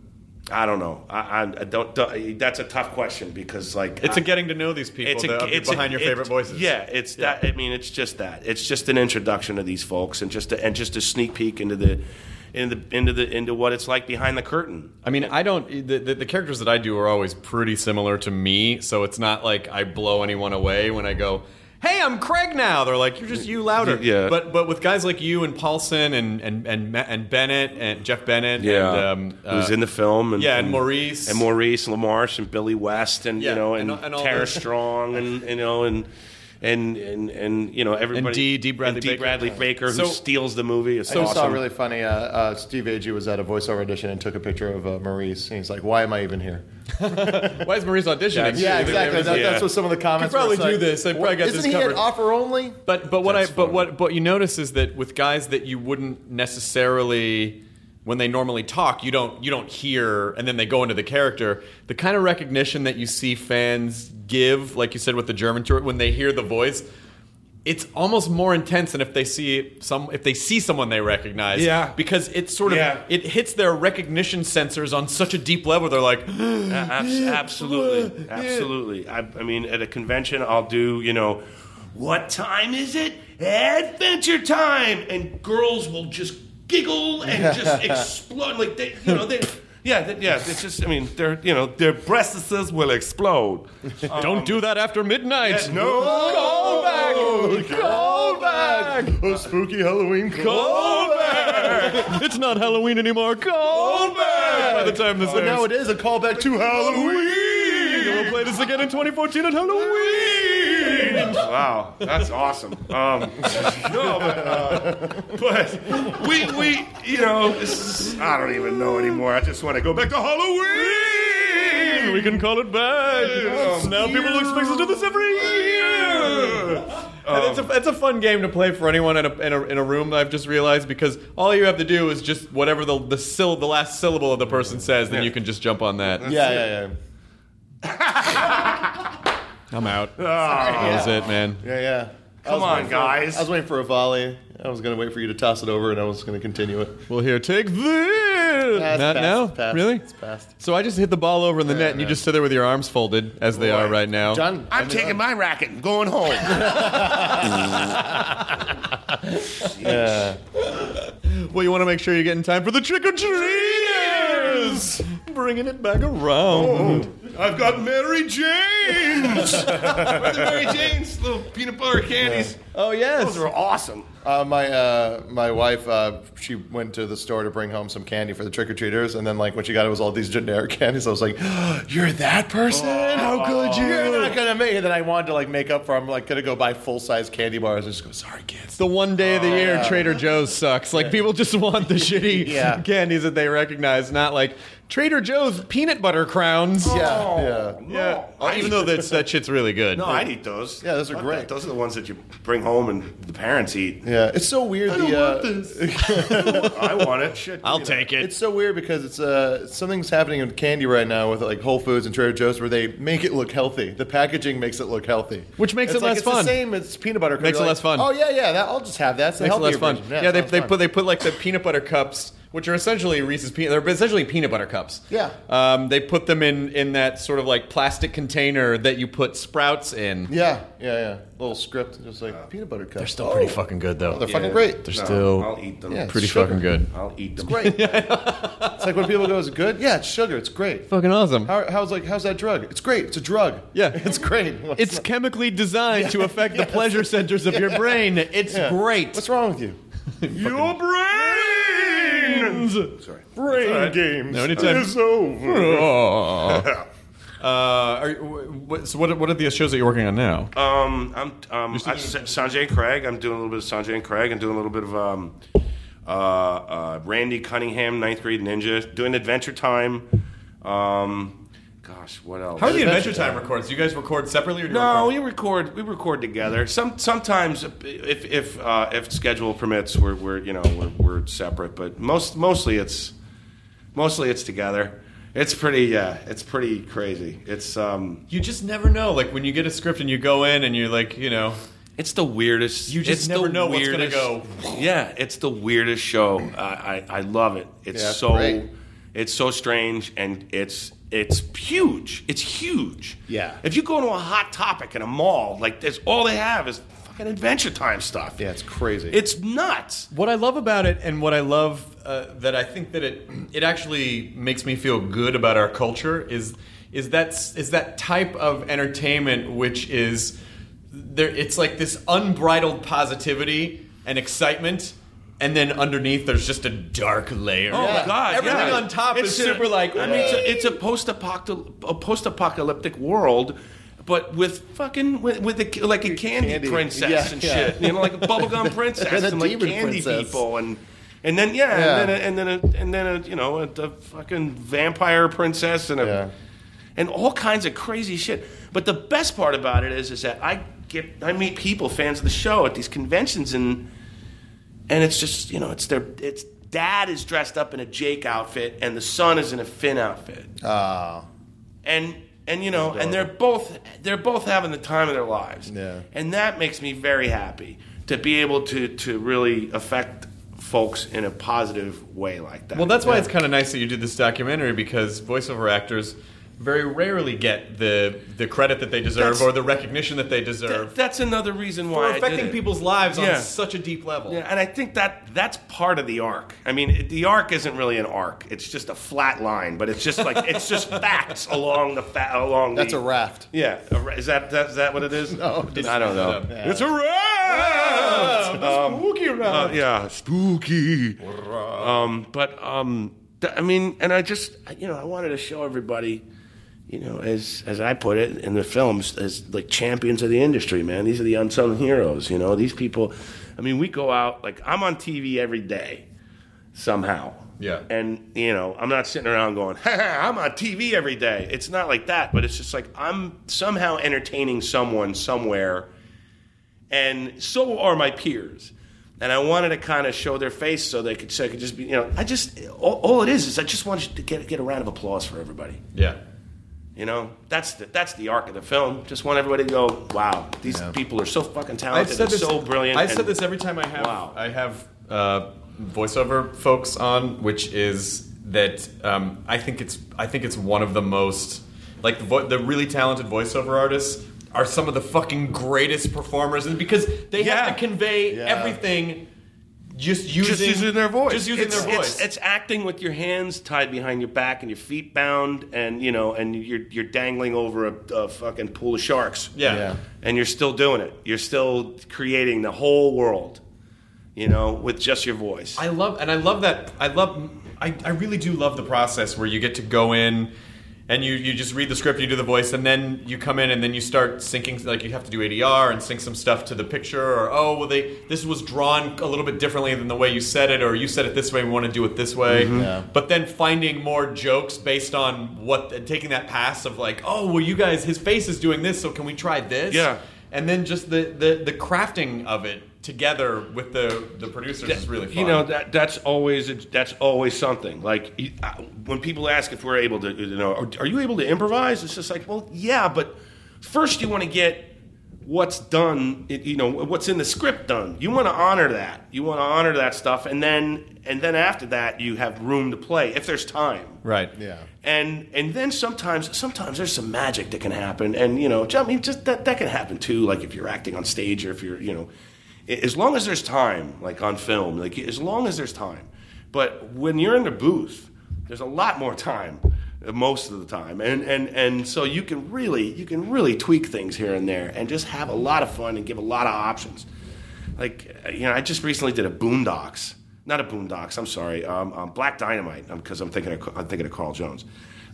Speaker 4: i don't know i, I, I don't, don't- that's a tough question because like
Speaker 1: It's a
Speaker 4: I-
Speaker 1: getting to know these people that are
Speaker 4: a-
Speaker 1: behind your
Speaker 4: it-
Speaker 1: favorite voices.
Speaker 4: Yeah, it's that. I mean, it's just that. It's just an introduction to these folks, and just a, and just a sneak peek into the into the into the into what it's like behind the curtain.
Speaker 1: I mean, I don't. The, the, the characters that I do are always pretty similar to me, so it's not like I blow anyone away when I go, "Hey, I'm Craig now." They're like, "You're just you louder."
Speaker 4: Yeah.
Speaker 1: But but with guys like you and Paulson and and and, Ma- and Bennett and Jeff Bennett, and, um,
Speaker 4: who's
Speaker 1: uh,
Speaker 4: in the film? And,
Speaker 1: yeah, and Maurice.
Speaker 4: and Maurice LaMarche and Billy West, and
Speaker 1: Yeah,
Speaker 4: you know, and,
Speaker 1: and- and all
Speaker 4: Tara
Speaker 1: the-
Speaker 4: Strong, and you know, and. And, and and you know everybody
Speaker 1: Dee- Dee Bradley
Speaker 4: and Dee
Speaker 1: Baker.
Speaker 4: Bradley Baker who
Speaker 1: So-
Speaker 4: steals the movie. It's
Speaker 3: I just saw
Speaker 4: awesome.
Speaker 3: a really funny. Uh, uh, Steve Agee was at a voiceover audition and took a picture of uh, Maurice, and he's like, "Why am I even here?"
Speaker 1: Why is Maurice auditioning?
Speaker 3: Yeah, exactly. That,
Speaker 4: Yeah.
Speaker 3: That's what some of the comments.
Speaker 1: Could probably
Speaker 3: were.
Speaker 1: do
Speaker 3: It's
Speaker 1: this. I probably got
Speaker 3: Isn't
Speaker 1: this
Speaker 3: he at
Speaker 1: covered."
Speaker 3: offer only?
Speaker 1: But but what I but what but you notice is that with guys that you wouldn't necessarily when they normally talk, you don't you don't hear and then they go into the character. The kind of recognition that you see fans give, like you said with the German tour, when they hear the voice, it's almost more intense than if they see some if they see someone they recognize.
Speaker 4: Yeah.
Speaker 1: Because it's sort of
Speaker 4: Yeah.
Speaker 1: it hits their recognition sensors on such a deep level, they're like
Speaker 4: Abs- absolutely, absolutely. I, I mean, at a convention, I'll do you know, what time is it? Adventure time, and girls will just giggle and just explode. Like they, you know, they. Yeah, they, yeah. It's just, I mean, their, you know, their breasts will explode.
Speaker 1: [LAUGHS] Don't do that after midnight.
Speaker 4: Yeah, no.
Speaker 1: Go back. Go back.
Speaker 3: A spooky Halloween.
Speaker 1: Goldberg! it's not Halloween anymore. Goldberg! by the time this
Speaker 3: But
Speaker 1: airs.
Speaker 3: now it is a callback to Halloween.
Speaker 1: We'll play this again in 2014 on Halloween.
Speaker 4: Wow, that's awesome. Um, [LAUGHS] no, but, uh, but we we you know this is, I don't even know anymore. I just want to go back to Halloween.
Speaker 1: We can call it back.
Speaker 4: Yeah.
Speaker 3: um,
Speaker 1: Now people expect us to do this every year. And it's,
Speaker 3: Um,
Speaker 1: a, it's a fun game to play for anyone in a, in, a, in a room. I've just realized because all you have to do is just whatever the the, syl- the last syllable of the person says, then you can just jump on that. [LAUGHS]
Speaker 3: Yeah, yeah, yeah.
Speaker 1: I'm
Speaker 3: [LAUGHS]
Speaker 1: out. That was it, man.
Speaker 3: Yeah, yeah. I
Speaker 4: Come
Speaker 3: was
Speaker 4: on,
Speaker 3: waiting for-
Speaker 4: guys.
Speaker 3: I was waiting for a volley. I was going to wait for you to toss it over, and I was going to continue it.
Speaker 1: We'll hear take this.
Speaker 3: That's
Speaker 1: Not
Speaker 3: past,
Speaker 1: now,
Speaker 3: it's past,
Speaker 1: really?
Speaker 3: It's past.
Speaker 1: So I just hit the ball over in the net, and you
Speaker 3: yeah.
Speaker 1: just sit there with your arms folded as they are right now.
Speaker 3: John,
Speaker 5: I'm taking my racket and going
Speaker 1: [LAUGHS]
Speaker 5: home.
Speaker 1: Well, you want to make sure you get in time for the trick or treaters, bringing it back around.
Speaker 4: I've got Mary Jane's. Remember the
Speaker 3: [LAUGHS]
Speaker 4: Mary Jane's little peanut butter candies.
Speaker 1: Oh, yes.
Speaker 4: Those are awesome.
Speaker 3: Uh, my uh, my wife, uh, she went to the store to bring home some candy for the trick or treaters, and then like when she got it, it was all these generic [LAUGHS] candies. I was like, [GASPS] "You're that person? How could you? You're not gonna make." it." And then I wanted to like make up for. I'm like gonna go buy full size candy bars. and just go, "Sorry, kids." Oh,
Speaker 1: It's the one day of the year Trader Joe's sucks. Like people just
Speaker 3: [LAUGHS]
Speaker 1: want the shitty
Speaker 3: Yeah.
Speaker 1: candies that they recognize, not like Trader Joe's peanut butter crowns.
Speaker 3: Yeah, yeah.
Speaker 1: Yeah.
Speaker 4: No, I
Speaker 1: Even
Speaker 4: need-
Speaker 1: though that's, that shit's really good.
Speaker 4: no, I need those.
Speaker 3: Yeah, those are
Speaker 4: Fuck
Speaker 3: great.
Speaker 4: that. Those are the ones that you bring home and the parents eat.
Speaker 3: Yeah, it's so weird. the uh,
Speaker 4: I want it. Shit,
Speaker 1: I'll take it.
Speaker 3: It's so weird because it's uh, something's happening in candy right now with like Whole Foods and Trader Joe's where they make it look healthy. The packaging makes it look healthy,
Speaker 1: Which makes
Speaker 3: It's
Speaker 1: it
Speaker 3: like,
Speaker 1: less
Speaker 3: it's
Speaker 1: fun.
Speaker 3: The same, it's peanut butter. 'cause
Speaker 1: Makes it
Speaker 3: you're
Speaker 1: less
Speaker 3: like,
Speaker 1: fun.
Speaker 3: Oh yeah, yeah. That, I'll just have that. It's the
Speaker 1: Makes it
Speaker 3: healthier
Speaker 1: less fun.
Speaker 3: version.
Speaker 1: Yeah,
Speaker 3: it
Speaker 1: they,
Speaker 3: sounds
Speaker 1: they
Speaker 3: fun.
Speaker 1: put they put like the peanut butter cups, which are essentially Reese's peanut. They're essentially peanut butter cups.
Speaker 3: Yeah.
Speaker 1: Um, they put them in in that sort of like plastic container that you put sprouts in.
Speaker 3: Yeah, yeah, yeah. Little script, just like peanut butter cup.
Speaker 1: They're still pretty fucking good though.
Speaker 3: Oh, They're fucking great.
Speaker 1: They're
Speaker 4: No,
Speaker 1: still
Speaker 4: I'll eat them.
Speaker 3: Yeah, it's
Speaker 1: pretty
Speaker 3: sugar.
Speaker 1: fucking good.
Speaker 4: I'll eat
Speaker 1: [LAUGHS]
Speaker 4: them.
Speaker 3: Great. it's like when people go, "Is it good?" Yeah, it's sugar. It's great.
Speaker 1: Fucking awesome.
Speaker 3: How, how's like how's that drug? It's great. It's a drug.
Speaker 1: Yeah.
Speaker 3: [LAUGHS] it's great. What's
Speaker 1: It's chemically designed to affect the pleasure centers of your brain. It's
Speaker 3: yeah.
Speaker 1: great.
Speaker 3: What's wrong with you?
Speaker 1: [LAUGHS]
Speaker 4: Your brains. Sorry.
Speaker 3: Brain games.
Speaker 1: No, anytime-
Speaker 3: It's over.
Speaker 1: Oh. [LAUGHS] Uh, are, you- wh- wh- so what, are- what are the shows that you're working on now?
Speaker 3: Uh,
Speaker 4: Um, I'm um, I, Sanjay and Craig. I'm doing a little bit of Sanjay and Craig. I'm doing a little bit of um, uh, uh, Randy Cunningham, ninth grade ninja, doing Adventure Time. Um, gosh, what else?
Speaker 1: How are the Adventure Time records? Do you guys record separately or do you
Speaker 4: no,
Speaker 1: record-
Speaker 4: we record. We record together. Some sometimes, if if uh, if schedule permits, we're, we're you know we're, we're separate. But most mostly it's mostly it's together. It's pretty yeah. It's pretty crazy. It's um.
Speaker 1: You just never know. Like when you get a script and you go in and you're like, you know,
Speaker 4: It's the weirdest.
Speaker 1: You just
Speaker 4: it's
Speaker 1: never
Speaker 4: the
Speaker 1: know what's gonna go.
Speaker 4: Yeah, it's the weirdest show. I I, I love it. It's
Speaker 3: Yeah, it's
Speaker 4: so
Speaker 3: great.
Speaker 4: it's so strange and it's it's huge. It's huge.
Speaker 3: Yeah.
Speaker 4: If you go to a hot topic in a mall, like there's all they have is fucking Adventure Time stuff.
Speaker 3: Yeah, it's crazy.
Speaker 4: It's nuts.
Speaker 1: what I love about it, and what I love uh, that I think that it it actually makes me feel good about our culture is is that is that type of entertainment which is there. It's like this unbridled positivity and excitement. And then underneath, there's just a dark layer.
Speaker 4: Oh my god!
Speaker 1: Everything
Speaker 4: yeah.
Speaker 1: on top
Speaker 4: It's
Speaker 1: is
Speaker 4: a-
Speaker 1: super like.
Speaker 4: I mean, it's
Speaker 3: uh,
Speaker 4: a, it's a post-apocalyptic, a post-apocalyptic world, but with fucking with, with a, like a candy,
Speaker 3: Candy.
Speaker 4: princess
Speaker 3: Yeah,
Speaker 4: and
Speaker 3: yeah.
Speaker 4: shit. You know, like a
Speaker 3: [LAUGHS]
Speaker 4: bubblegum princess
Speaker 3: And a
Speaker 4: and like
Speaker 3: demon
Speaker 4: candy
Speaker 3: princess.
Speaker 4: people and. And then yeah,
Speaker 3: Yeah.
Speaker 4: and then a, and then a, and then a, you know a, a fucking vampire princess and a
Speaker 3: Yeah.
Speaker 4: and all kinds of crazy shit. But the best part about it is is that I get I meet people fans of the show at these conventions and and it's just you know it's their it's dad is dressed up in a Jake outfit and the son is in a Finn outfit. Ah. And and you know and they're both they're both having the time of their lives.
Speaker 3: Yeah.
Speaker 4: And that makes me very happy to be able to to really affect folks in a positive way like that.
Speaker 1: Well, that's why it's kind of nice that you did this documentary because voiceover actors very rarely get the the credit that they deserve
Speaker 4: That's-
Speaker 1: or the recognition that they deserve
Speaker 4: that's another reason
Speaker 1: for
Speaker 4: why I did
Speaker 1: affecting
Speaker 4: it.
Speaker 1: people's lives
Speaker 4: Yeah.
Speaker 1: on such a deep level.
Speaker 4: Yeah, and I think that that's part of the arc. I mean, it- the arc isn't really an arc; it's just a flat line. But it's just like it's
Speaker 3: [LAUGHS]
Speaker 4: just facts along the fa- along.
Speaker 3: That's
Speaker 4: the,
Speaker 3: a raft.
Speaker 4: Yeah, a ra- is that that is that what
Speaker 3: [LAUGHS]
Speaker 4: it is? no, I don't know. It's a raft.
Speaker 1: Spooky round.
Speaker 4: Uh, yeah, spooky. Um, but um, th- I mean, and I just, you know, I wanted to show everybody, you know, as as I put it in the films, as like champions of the industry, man. These are the unsung heroes, you know. These people, I mean, we go out like I'm on TV every day, somehow.
Speaker 1: Yeah.
Speaker 4: And you know, I'm not sitting around going, [LAUGHS] ha, ha, I'm on TV every day. It's not like that, but it's just like I'm somehow entertaining someone somewhere and so are my peers. And I wanted to kind of show their face so they could, so I could just be, you know, I just all, all it is is I just wanted to get get a round of applause for everybody.
Speaker 1: Yeah.
Speaker 4: You know, that's the that's the arc of the film. Just want everybody to go, wow, these people are so fucking
Speaker 1: I've
Speaker 4: talented,
Speaker 1: said
Speaker 4: and
Speaker 1: this
Speaker 4: so brilliant.
Speaker 1: I've said
Speaker 4: and-
Speaker 1: this every time I have
Speaker 4: Wow.
Speaker 1: I have uh, voiceover folks on, which is that um, I think it's I think it's one of the most like the, vo- the really talented voiceover artists are some of the fucking greatest performers, and because they
Speaker 4: Yeah.
Speaker 1: have to convey
Speaker 3: Yeah.
Speaker 1: everything just using
Speaker 4: just using their voice.
Speaker 1: just using
Speaker 4: it's,
Speaker 1: their voice.
Speaker 4: It's, it's acting with your hands tied behind your back and your feet bound, and you know, and you're you're dangling over a, a fucking pool of sharks.
Speaker 1: yeah.
Speaker 3: Yeah.
Speaker 4: and you're still doing it. You're still creating the whole world, you know, with just your voice.
Speaker 1: I love, and I love that. I love, I, I really do love the process where you get to go in and you, you just read the script, you do the voice, and then you come in and then you start syncing, like you have to do ADR and sync some stuff to the picture, or oh, well, they this was drawn a little bit differently than the way you said it, or you said it this way, we want to do it this way. But then finding more jokes based on what, and taking that pass of like, oh, well, you guys, his face is doing this, so can we try this?
Speaker 4: Yeah.
Speaker 1: And then just the, the, the crafting of it together with the, the producers is really fun.
Speaker 4: You know that that's always that's always something. Like you- I- when people ask if we're able to, you know, are, are you able to improvise? It's just like, well, yeah, but first you want to get what's done, it- you know, what's in the script done. You want to honor that. You want to honor that stuff, and then and then after that, you have room to play if there's time.
Speaker 1: Right.
Speaker 3: Yeah.
Speaker 4: and and then sometimes sometimes there's some magic that can happen and you know i mean just that that can happen too like if you're acting on stage or if you're you know a- as long as there's time like on film like as long as there's time but when you're in the booth there's a lot more time uh, most of the time and and and so you can really you can really tweak things here and there and just have a lot of fun and give a lot of options like uh, you know i just recently did a boondocks not a boondocks i'm sorry um, um, black dynamite because i'm thinking of i'm thinking of carl jones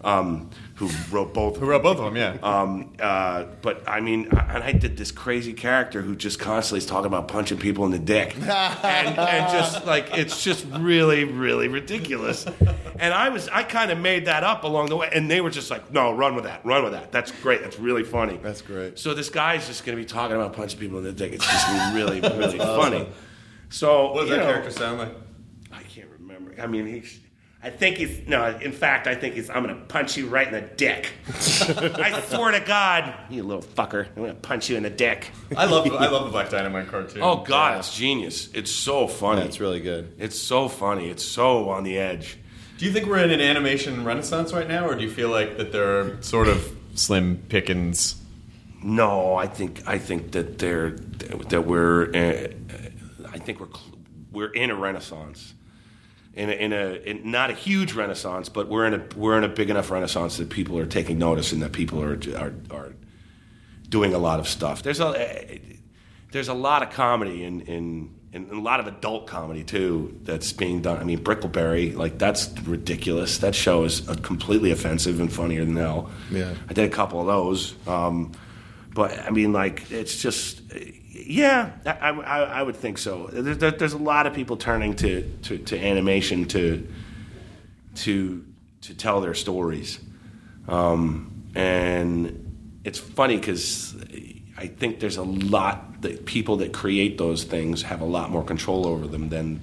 Speaker 4: um, who wrote both
Speaker 1: Who wrote both of them? Yeah.
Speaker 4: um, uh, but I mean, I- and I did this crazy character who just constantly is talking about punching people in the dick, and, and just like it's just really, really ridiculous. And I was, I kind of made that up along the way, and they were just like, "No, run with that, run with that. That's great. That's really funny.
Speaker 3: That's great.
Speaker 4: So this guy's just going to be talking about punching people in the dick. It's just gonna be really, [LAUGHS] really funny. So
Speaker 1: what does
Speaker 4: you
Speaker 1: that
Speaker 4: know,
Speaker 1: character sound like?
Speaker 4: I can't remember. I mean, he's. I think he's no. In fact, I think he's. I'm gonna punch you right in the [LAUGHS] dick. I swear to God, you little fucker. I'm gonna punch you in the dick.
Speaker 1: I love I love the Black Dynamite cartoon.
Speaker 4: Oh God, it's genius. It's so funny.
Speaker 3: That's really good.
Speaker 4: It's so funny. It's so on the edge.
Speaker 1: Do you think we're in an animation renaissance right now, or do you feel like that there are sort of slim pickings?
Speaker 4: No, I think I think that they're that we're. Uh, I think we're cl- we're in a renaissance. In a, in a in not a huge renaissance, but we're in a we're in a big enough renaissance that people are taking notice and that people are are, are doing a lot of stuff. There's a eh, there's a lot of comedy in in and a lot of adult comedy too that's being done. I mean, Brickleberry, like that's ridiculous. That show is uh, completely offensive and funnier than hell.
Speaker 3: Yeah.
Speaker 4: I did a couple of those, um, but I mean, like it's just, yeah, I, I, I would think so. There, there, there's a lot of people turning to to, to animation to to to tell their stories. Um, and it's funny because I think there's a lot that people that create those things have a lot more control over them than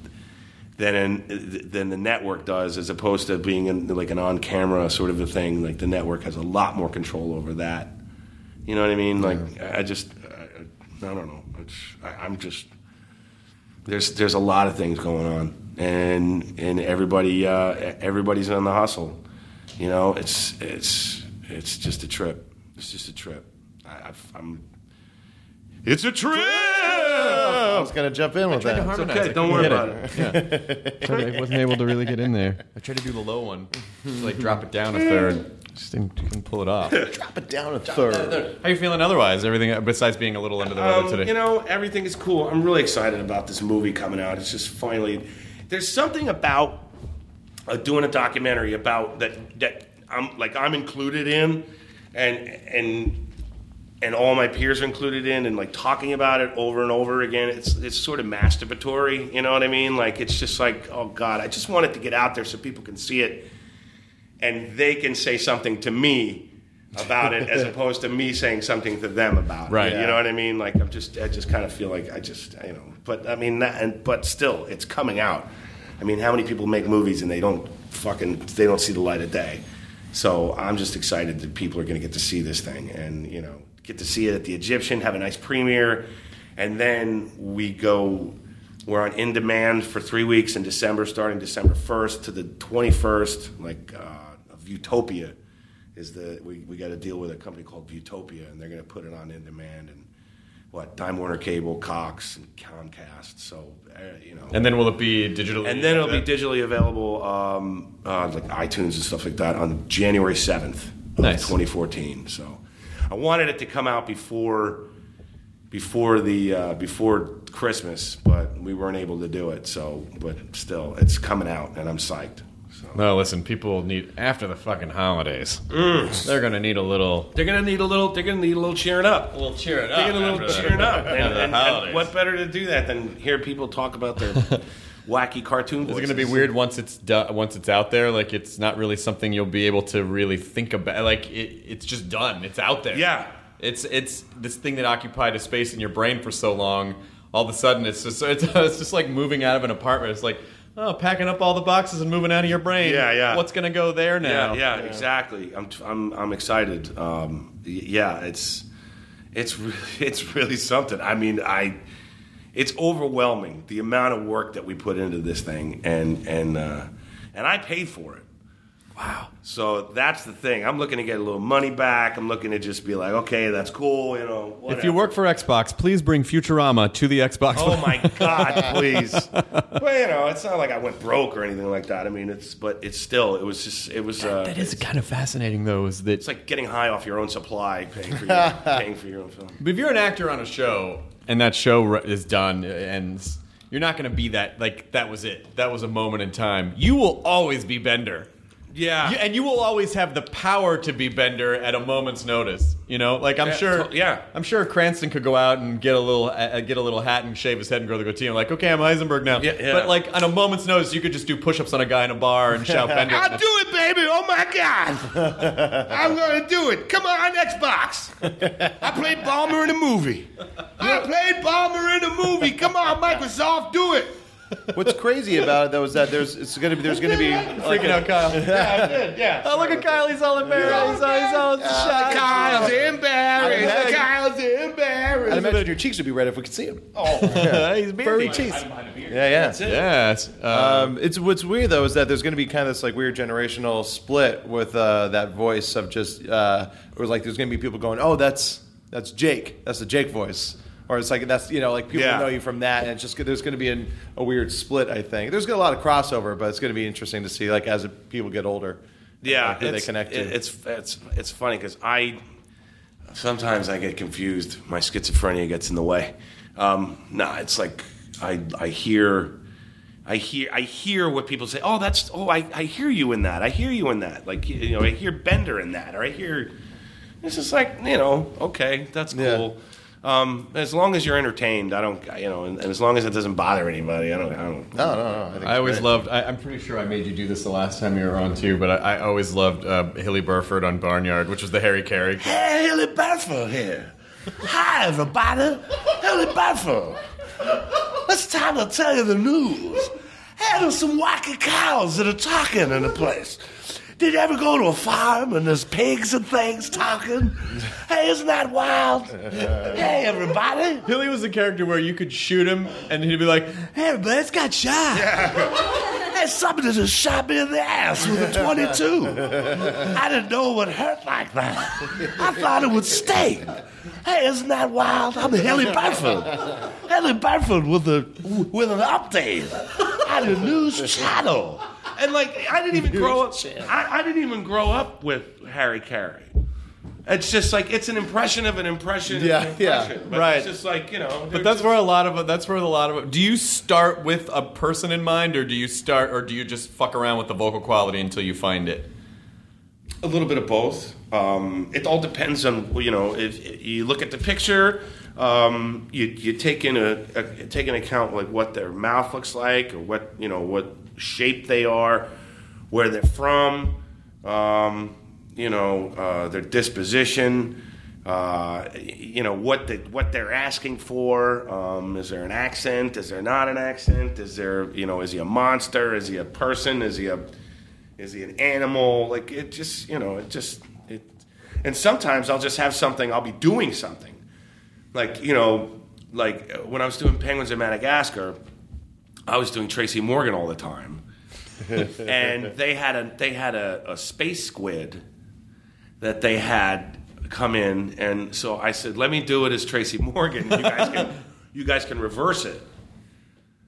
Speaker 4: than in, than the network does, as opposed to being in, like an on camera sort of a thing. Like the network has a lot more control over that. You know what I mean? Like I just I, I don't know. It's, I, I'm just there's there's a lot of things going on, and and everybody uh, everybody's on the hustle. You know, it's it's it's just a trip. It's just a trip. I, I've, I'm. It's a trip.
Speaker 3: I was gonna jump in with that.
Speaker 4: It's okay. Don't worry about it.
Speaker 6: Sorry, I wasn't able to really get in there.
Speaker 1: I tried to do the low one, just like drop it down a third.
Speaker 6: Just didn't, couldn't pull it
Speaker 1: [LAUGHS]
Speaker 6: off.
Speaker 3: Drop it down a third.
Speaker 1: How you feeling otherwise? Everything besides being a little under the weather
Speaker 4: Um,
Speaker 1: today.
Speaker 4: You know, everything is cool. I'm really excited about this movie coming out. It's just finally. There's something about uh, doing a documentary about that that I'm like I'm included in, and and and all my peers are included in, and like talking about it over and over again. It's it's sort of masturbatory, you know what I mean? Like it's just like oh god, I just want it to get out there so people can see it, and they can say something to me about it as opposed to me saying something to them about
Speaker 1: Right.
Speaker 4: it. You know what I mean? Like I'm just I just kind of feel like I just you know, but I mean that and but still it's coming out. I mean, how many people make movies and they don't fucking they don't see the light of day? So I'm just excited that people are going to get to see this thing and you know get to see it at the Egyptian, have a nice premiere, and then we go. We're on in demand for three weeks in December, starting December 1st to the 21st, like uh, of Utopia is that we, we got to deal with a company called Butopia, and they're going to put it on in demand and what Time Warner Cable, Cox, and Comcast. So uh, you know,
Speaker 1: And then will it be digitally?
Speaker 4: and then it'll be digitally available, um, uh, like iTunes and stuff like that, on January seventh,
Speaker 1: Nice.
Speaker 4: twenty fourteen. So I wanted it to come out before before the uh, before Christmas, but we weren't able to do it. So, but still, it's coming out, and I'm psyched. So.
Speaker 1: No, listen. People need after the fucking holidays.
Speaker 4: Mm.
Speaker 1: They're gonna need a little.
Speaker 4: They're gonna need a little. They're gonna need a little cheering up.
Speaker 1: We'll cheer it
Speaker 4: They get a little
Speaker 1: [LAUGHS]
Speaker 4: cheered up. And,
Speaker 1: the
Speaker 4: and- and
Speaker 1: holidays.
Speaker 4: what better to do that than hear people talk
Speaker 1: [LAUGHS]
Speaker 4: about their wacky cartoon
Speaker 1: It's
Speaker 4: voices?
Speaker 1: gonna be weird once it's done. Once it's out there, like it's not really something you'll be able to really think about. Like it, it's just done. It's out there.
Speaker 4: Yeah.
Speaker 1: It's it's this thing that occupied a space in your brain for so long. All of a sudden, it's just [LAUGHS] it's, it's just like moving out of an apartment. It's like oh, packing up all the boxes and moving out of your brain.
Speaker 4: Yeah, yeah.
Speaker 1: What's gonna go there now?
Speaker 4: Yeah, yeah, exactly. I'm, I'm, I'm excited. Um, y- yeah, it's, it's really, [LAUGHS] it's really something. I mean, I, it's overwhelming the amount of work that we put into this thing, and and uh, and I paid for it. So that's the thing. I'm looking to get a little money back. I'm looking to just be like, okay, that's cool, you know.
Speaker 1: If you work for Xbox, please bring Futurama to the Xbox.
Speaker 4: Oh my [LAUGHS] God, please. well, you know, it's not like I went broke or anything like that. I mean, it's but it's still it was just it was uh,
Speaker 1: That is kind of fascinating, though, is that
Speaker 4: it's like getting high off your own supply, paying [LAUGHS] for your paying for your own film.
Speaker 1: But if you're an actor on a show and that show re- is done, it ends, you're not going to be that like that was it. That was a moment in time. You will always be Bender.
Speaker 4: Yeah.
Speaker 1: You- and you will always have the power to be Bender at a moment's notice. You know, like I'm
Speaker 4: Yeah,
Speaker 1: sure.
Speaker 4: to- yeah.
Speaker 1: I'm sure Cranston could go out and get a little uh, get a little hat and shave his head and grow the goatee. I'm like, okay, I'm Heisenberg now.
Speaker 4: Yeah, yeah.
Speaker 1: But like on a moment's notice, you could just do push-ups on a guy in a bar and
Speaker 4: [LAUGHS]
Speaker 1: shout Bender.
Speaker 4: I'll do it, baby! Oh my God, [LAUGHS] I'm gonna do it! Come on, Xbox! I played Balmer in a movie. I played Balmer in a movie. Come on, Microsoft, do it!
Speaker 3: What's crazy about it though is that there's it's gonna be there's gonna be like,
Speaker 1: Freaking out, Kyle.
Speaker 4: Yeah, I did. Yeah.
Speaker 1: Oh, look at Kyle. He's all embarrassed. He's all, he's all shy.
Speaker 4: Kyle's embarrassed.
Speaker 3: Imagine-
Speaker 4: Kyle's
Speaker 3: I'd
Speaker 4: embarrassed.
Speaker 3: imagine your cheeks would be red if we could see them. Oh, [LAUGHS]
Speaker 1: [LAUGHS] He's
Speaker 3: furry cheeks. Yeah, yeah.
Speaker 1: Yes. Uh,
Speaker 3: Um, it's what's weird though is that there's going to be kind of this like weird generational split with uh, that voice of just uh, or like there's going to be people going, oh, that's that's Jake, that's the Jake voice, or it's like that's you know like people
Speaker 4: Yeah.
Speaker 3: know you from that, and it's just there's going to be an, a weird split. I think there's gonna a lot of crossover, but it's going to be interesting to see like as people get older,
Speaker 4: Yeah,
Speaker 3: like, who they
Speaker 4: it's-
Speaker 3: connect to.
Speaker 4: it- It's it's it's funny because I sometimes I get confused. My schizophrenia gets in the way. Um, nah, it's like I I hear. I hear I hear what people say. Oh, that's oh, I, I hear you in that. I hear you in that. Like you know, I hear Bender in that, or I hear. It's just like you know, okay, that's
Speaker 3: Yeah.
Speaker 4: cool. Um, as long as you're entertained, I don't you know, and, and as long as it doesn't bother anybody, I don't. I don't.
Speaker 3: no, no, no. I, think
Speaker 1: I always
Speaker 3: great.
Speaker 1: loved. I, I'm pretty sure I made you do this the last time you were on too, but I, I always loved uh, Hilly Burford on Barnyard, which was the Harry Carey.
Speaker 4: Hey, Hilly Buffer here. Hi, everybody. Hilly Buffer. It's time to tell you the news. Hey, there's some wacky cows that are talking in the place. Did you ever go to a farm and there's pigs and things talking? Hey, isn't that wild? Hey, everybody.
Speaker 1: Hilly was the character where you could shoot him and he'd be like, "Hey, everybody, it's got shot."
Speaker 4: Hey, somebody just shot me in the ass with a 22. I didn't know it would hurt like that. I thought it would sting. Hey, isn't that wild? I'm Haley Burford. Haley Burford with a with an update on the news channel. And like, I didn't even grow up. I, I didn't even grow up with Harry Carey. It's just like it's an impression of an impression. of
Speaker 2: Yeah,
Speaker 4: an
Speaker 2: yeah,
Speaker 4: impression. But
Speaker 1: right.
Speaker 4: It's just like you know.
Speaker 1: But that's where a lot of that's where a lot of do you start with a person in mind or do you start or do you just fuck around with the vocal quality until you find it?
Speaker 4: A little bit of both. Um, it all depends on you know if, if you look at the picture, um, you, you take in a, a take in account like what their mouth looks like or what you know what shape they are, where they're from, um, you know uh, their disposition, uh, y- you know what they, what they're asking for. Um, is there an accent? Is there not an accent? Is there you know is he a monster? Is he a person? Is he a is he an animal? Like it just, you know, it just it. And sometimes I'll just have something. I'll be doing something, like you know, like uh, when I was doing Penguins of Madagascar, I was doing Tracy Morgan all the time, and they had a they had a, a space squid that they had come in, and so I said, let me do it as Tracy Morgan. You guys can you guys can reverse it.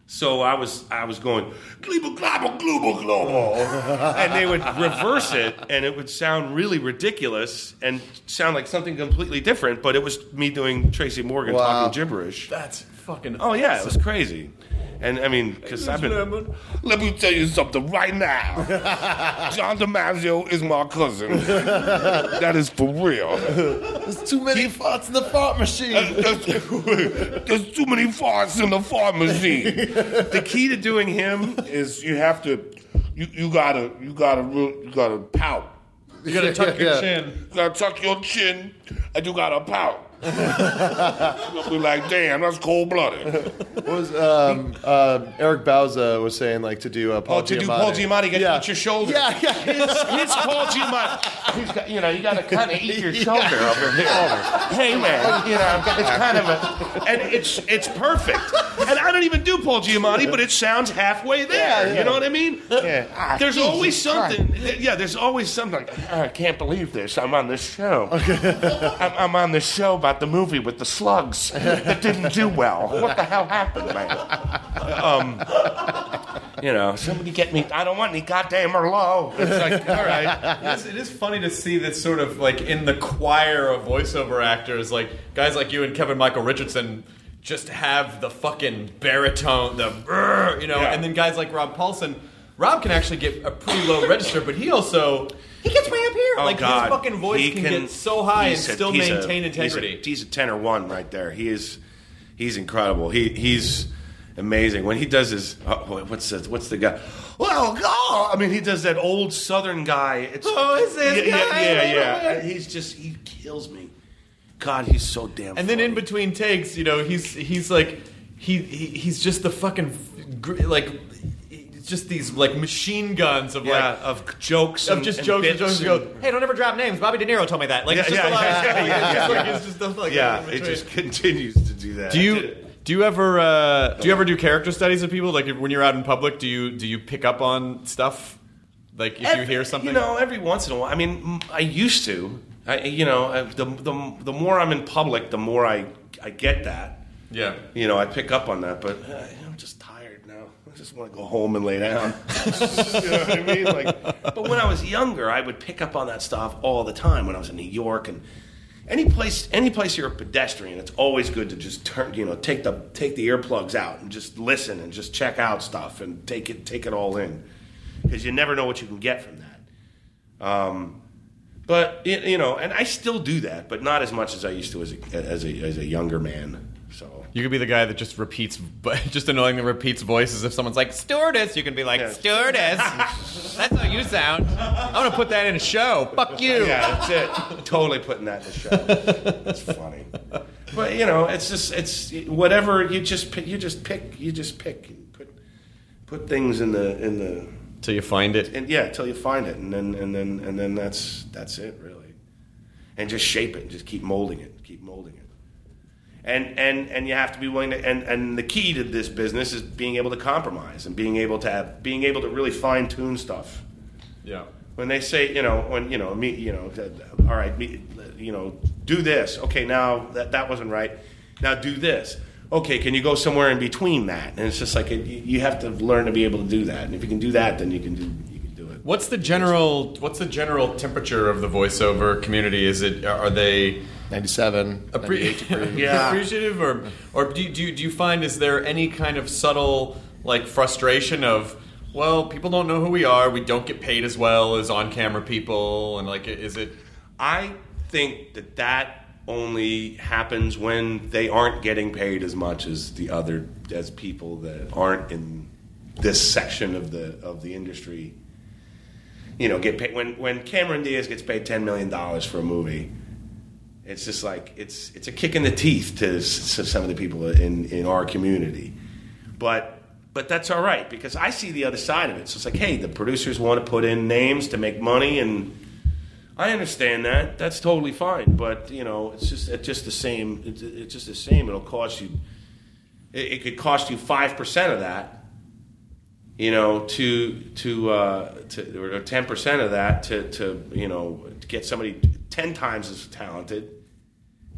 Speaker 4: So I was I was going global global global global, and they would reverse it, and it would sound really ridiculous and sound like something completely different. But it was me doing Tracy Morgan
Speaker 2: Wow.
Speaker 4: talking gibberish.
Speaker 1: That's fucking
Speaker 4: Oh yeah, it was crazy. And I mean, because I've been.
Speaker 3: Let me tell you something right
Speaker 2: [LAUGHS]
Speaker 3: now. John DiMaggio is my cousin. that is for
Speaker 2: [LAUGHS]
Speaker 3: real.
Speaker 2: There's too many farts in the fart machine.
Speaker 3: There's, there's too many farts in the fart machine.
Speaker 4: The key to doing him
Speaker 3: Is you have to, you, you gotta, you gotta, real- you gotta pout.
Speaker 1: You gotta tuck your
Speaker 2: Yeah.
Speaker 1: chin.
Speaker 3: You gotta tuck your chin, and you
Speaker 2: [LAUGHS]
Speaker 3: gotta pout. You'll be like, damn, that's cold blooded.
Speaker 2: What was um,
Speaker 3: uh,
Speaker 2: um Eric Bauza was saying like to do uh, Paul
Speaker 4: Oh, to
Speaker 2: Giamatti.
Speaker 4: do Paul Giamatti, you got to
Speaker 2: Yeah.
Speaker 4: eat your shoulder.
Speaker 2: Yeah, yeah.
Speaker 4: His, his Paul Giamatti, he's got, you know, you got to kind of eat your shoulder over here. Hey man, you know, it's kind of a, and it's it's perfect. And I don't even do Paul Giamatti, but it sounds halfway there. You know what I mean? Ah,
Speaker 3: Yeah.
Speaker 4: There's
Speaker 3: Jesus
Speaker 4: always something. Yeah, there's always something. "Ah,
Speaker 3: I can't believe this. I'm on this [LAUGHS] show. I'm, I'm on this show about the movie with the slugs that didn't do well. What the hell happened, man?
Speaker 4: Um, You know,
Speaker 3: Somebody get me. I don't want any goddamn Merlot.
Speaker 1: It's like, all right. It is, it is funny to see that sort of like in the choir of voiceover actors, like guys like you and Kevin Michael Richardson just have the fucking baritone, the brrr, you know,
Speaker 4: Yeah.
Speaker 1: and then guys like Rob Paulson. Rob can actually get a pretty low register, but he also he gets way up here.
Speaker 4: Oh,
Speaker 1: like
Speaker 4: God.
Speaker 1: his fucking voice
Speaker 4: He
Speaker 1: can, get so high and
Speaker 4: he's a-
Speaker 1: still
Speaker 4: he's a-
Speaker 1: maintain
Speaker 4: he's a-
Speaker 1: integrity.
Speaker 4: He's a, ten or one right there. He is. He's incredible. He he's amazing when he does his. Oh, what's the, what's the guy? Well, God, I mean, he does that old Southern guy. It's,
Speaker 1: Oh, is this
Speaker 4: yeah,
Speaker 1: guy?
Speaker 4: Yeah, yeah, yeah. And He's just he kills me. God, he's so damn.
Speaker 1: And then in
Speaker 4: funny.
Speaker 1: between takes, you know, he's he's like he, he he's just the fucking gr- like it's just these like machine guns of
Speaker 4: yeah,
Speaker 1: like
Speaker 4: of jokes,
Speaker 1: of
Speaker 4: and-
Speaker 1: just
Speaker 4: and
Speaker 1: jokes and
Speaker 4: bits
Speaker 1: jokes. And go, hey, don't ever drop names. Bobby De Niro told me that. Like, it's
Speaker 4: Yeah,
Speaker 1: just a
Speaker 4: yeah,
Speaker 1: lot.
Speaker 4: yeah,
Speaker 1: of-
Speaker 4: yeah,
Speaker 1: it's just
Speaker 4: yeah,
Speaker 1: like-
Speaker 4: yeah.
Speaker 1: It's just stuff like
Speaker 4: yeah,
Speaker 1: that in
Speaker 4: it
Speaker 1: between.
Speaker 4: [LAUGHS] just continues to do that.
Speaker 1: Do
Speaker 4: I did
Speaker 1: you
Speaker 4: it.
Speaker 1: do you ever uh, do you ever do character studies with people? Like if- when you're out in public, do you do you pick up on stuff? Like if you
Speaker 4: Every-
Speaker 1: hear something,
Speaker 4: You know, every once in a while. I mean, m- I used to. I, you know, I- the, the, the more I'm in public, the more I, I get that.
Speaker 1: yeah.
Speaker 4: You know, I pick up on that, but uh, I'm just tired now. I just want to go home and lay down. you know what I mean? Like, but when I was younger, I would pick up on that stuff all the time. When I was in New York and any place, any place you're a pedestrian, it's always good to just turn, you know, take the take the earplugs out and just listen and just check out stuff and take it take it all in because you never know what you can get from that. Um, but y- you know, and I still do that, but not as much as I used to as a, as a, as a younger man. So
Speaker 1: You could be the guy that
Speaker 6: [LAUGHS]
Speaker 1: just repeats, just annoyingly repeats voices. If someone's like stewardess, you can be like
Speaker 4: [LAUGHS]
Speaker 1: stewardess. That's how you sound. I'm gonna put that in a show. Fuck you.
Speaker 4: Yeah, that's it. totally putting that in the show. It's funny, but you know, it's just it's whatever. You just pick, you just pick you just pick and put put things in the in the
Speaker 1: Till you find it.
Speaker 4: and yeah till you find it, and then and then and then that's that's it really, and just shape it, and just keep molding it, keep molding it. And, and, and you have to be willing to and, and the key to this business is being able to compromise and being able to have being able to really fine tune stuff
Speaker 1: Yeah.
Speaker 4: when they say you know when you know me you know th- th- all right me, you know do this okay now that that wasn't right now do this okay can you go somewhere in between that and it's just like it, you you have to learn to be able to do that and if you can do that then you can do you can do it
Speaker 6: What's the general What's the general temperature of the voiceover community? Is it uh, are they
Speaker 3: 97,
Speaker 6: appre- [LAUGHS]
Speaker 3: 98 degrees.
Speaker 4: Yeah.
Speaker 6: appreciative or or do you, do you, do you find is there any kind of subtle like frustration of well people don't know who we are we don't get paid as well as on camera people and like is it
Speaker 4: I think that that only happens when they aren't getting paid as much as the other as people that aren't in this section of the of the industry. You know, get paid when when Cameron Diaz gets paid ten million dollars for a movie. It's just like it's it's a kick in the teeth to, s- to some of the people in in our community, but. But that's all right because I see the other side of it. So it's like, hey, the producers want to put in names to make money, and I understand that. That's totally fine. But you know, it's just it's just the same. It's, it's just the same. It'll cost you. It, it could cost you five percent of that. You know, to to uh, to or ten percent of that to to you know to get somebody ten times as talented.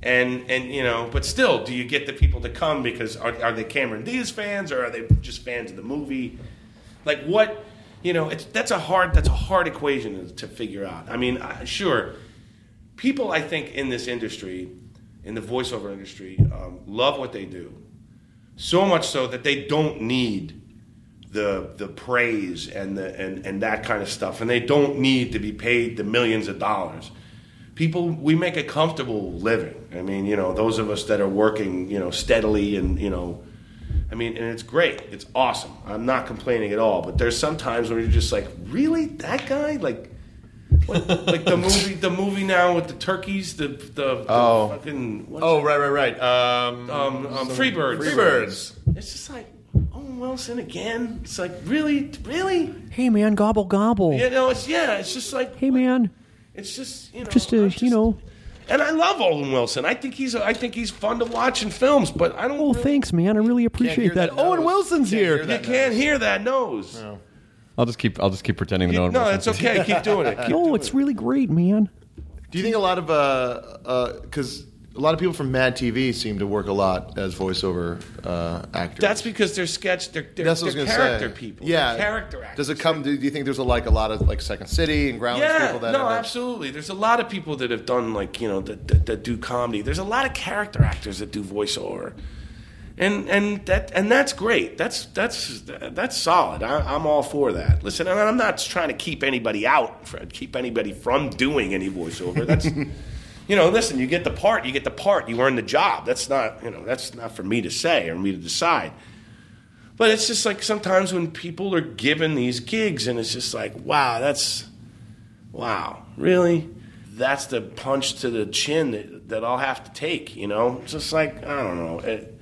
Speaker 4: And and you know, but still, do you get the people to come because are are they Cameron Diaz fans or are they just fans of the movie? Like what? You know, it's, that's a hard that's a hard equation to, to figure out. I mean, I, sure, people I think in this industry, in the voiceover industry, um, love what they do, so much so that they don't need the the praise and the and, and that kind of stuff, and they don't need to be paid the millions of dollars. People, we make a comfortable living. I mean, you know, those of us that are working, you know, steadily and you know. I mean, and it's great. It's awesome. I'm not complaining at all. But there's some times where you're just like, really, that guy? Like, what, like the movie, the movie now with the turkeys, the the, the
Speaker 3: Oh.
Speaker 4: fucking what's
Speaker 6: oh right right right um,
Speaker 4: um, um, Freebirds.
Speaker 6: Freebirds.
Speaker 4: It's just like Owen Wilson again. It's like really, really.
Speaker 7: Hey man, gobble gobble.
Speaker 4: You know, it's yeah. It's just like
Speaker 7: Hey man,
Speaker 4: It's just you know,
Speaker 7: Just, uh,
Speaker 4: I'm
Speaker 7: you know.
Speaker 4: And I love Owen Wilson. I think he's I think he's fun to watch in films, but I don't.
Speaker 7: oh
Speaker 4: really-
Speaker 7: thanks man, I really appreciate
Speaker 3: hear
Speaker 7: that.
Speaker 3: that
Speaker 7: Owen
Speaker 3: nose.
Speaker 7: Wilson's
Speaker 3: Can't
Speaker 7: here.
Speaker 3: hear
Speaker 4: You
Speaker 3: that
Speaker 4: can't hear that nose.
Speaker 1: I'll just keep I'll just keep pretending that
Speaker 4: You-
Speaker 1: no
Speaker 4: No,
Speaker 1: one.
Speaker 4: it's okay. Keep doing it. Keep
Speaker 7: Oh,
Speaker 4: doing
Speaker 7: it's
Speaker 4: it.
Speaker 7: really great, man.
Speaker 3: Do you think a lot of uh because a lot of people from Mad TV seem to work a lot as voiceover uh, actors?
Speaker 4: That's because they're sketch. They're, they're,
Speaker 3: That's what I
Speaker 4: they're
Speaker 3: was gonna
Speaker 4: character
Speaker 3: say.
Speaker 4: people.
Speaker 3: Yeah,
Speaker 4: They're character actors.
Speaker 3: Does it come? Do, do you think there's a, like a lot of like Second City and Groundless
Speaker 4: yeah,
Speaker 3: people that?
Speaker 4: no,
Speaker 3: have that-
Speaker 4: absolutely. There's a lot of people that have done like you know that, that, that do comedy. There's a lot of character actors that do voiceover, and and that and that's great. That's that's that's solid. I, I'm all for that. Listen, and I'm not trying to keep anybody out, Fred. Keep anybody from doing any voiceover. That's [LAUGHS] you know, listen. You get the part. You get the part. You earn the job. That's not you know that's not for me to say or me to decide. But it's just like sometimes when people are given these gigs, and it's just like, wow, that's wow, really? That's the punch to the chin that, that I'll have to take, you know? It's just like, I don't know. It,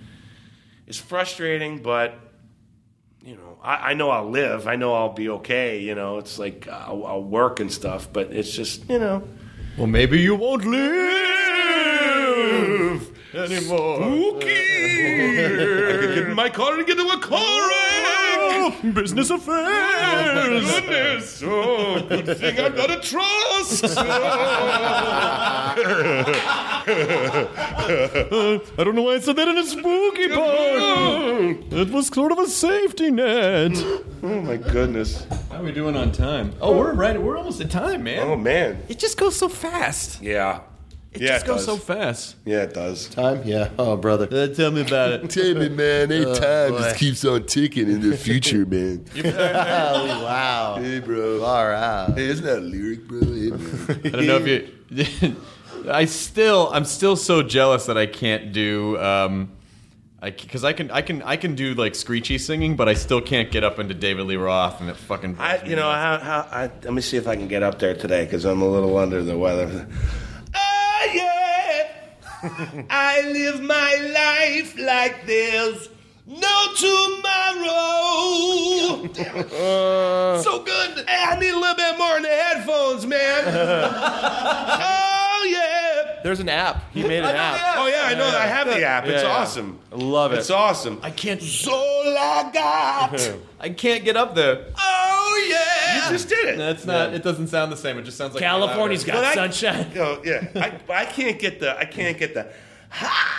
Speaker 4: it's frustrating, but, you know, I, I know I'll live. I know I'll be okay, you know? It's like I'll, I'll work and stuff, but it's just, you know.
Speaker 1: Well, maybe you won't live anymore.
Speaker 4: I could get in my car and get to a car
Speaker 1: Oh,
Speaker 4: wreck. Business affairs. Goodness. Oh, good thing I've got a trust.
Speaker 1: I don't know why I said that in a spooky part. it was sort of a safety net.
Speaker 4: Oh my [LAUGHS] goodness.
Speaker 1: How are we doing on time? Oh, we're right. We're almost at time, man.
Speaker 4: Oh man.
Speaker 1: It just goes so fast.
Speaker 4: Yeah.
Speaker 1: It
Speaker 4: Yeah,
Speaker 1: just
Speaker 4: it
Speaker 1: goes
Speaker 4: does.
Speaker 1: so [LAUGHS] fast.
Speaker 4: Yeah, it does.
Speaker 3: Time? Yeah. Oh, brother.
Speaker 1: Uh, tell me about it.
Speaker 8: Damn it, man. Eight time
Speaker 3: boy.
Speaker 8: just keeps on ticking in the
Speaker 2: [LAUGHS]
Speaker 8: future, man.
Speaker 3: wow.
Speaker 8: hey, bro.
Speaker 3: All right.
Speaker 8: Hey, isn't that a lyric, bro? Hey, man.
Speaker 1: [LAUGHS] I don't know if you. [LAUGHS] I still, I'm still so jealous that I can't do. Um, I because I can, I can, I can do like screechy singing, but I still can't get up into David Lee Roth and it fucking.
Speaker 4: I, you know, how, how, I, let me see if I can get up there today because I'm a little under the weather. Oh, yeah. I live my life like there's no tomorrow.
Speaker 3: [LAUGHS]
Speaker 4: so good. Hey, I need a little bit more in the headphones,
Speaker 3: [LAUGHS]
Speaker 4: man. oh, yeah.
Speaker 3: There's an app. He made an app.
Speaker 4: Oh, yeah, I know. I have the app. It's
Speaker 3: Yeah, yeah.
Speaker 4: awesome.
Speaker 3: I love it.
Speaker 4: It's awesome.
Speaker 1: I can't,
Speaker 4: All I
Speaker 3: [LAUGHS]
Speaker 4: got.
Speaker 1: I can't get up there.
Speaker 4: oh, yeah. You just did it.
Speaker 1: That's not. It doesn't sound the same. It just sounds like
Speaker 7: California's got
Speaker 4: Well, I- [LAUGHS]
Speaker 7: sunshine.
Speaker 4: Oh yeah, I, I can't get the I can't get the. I-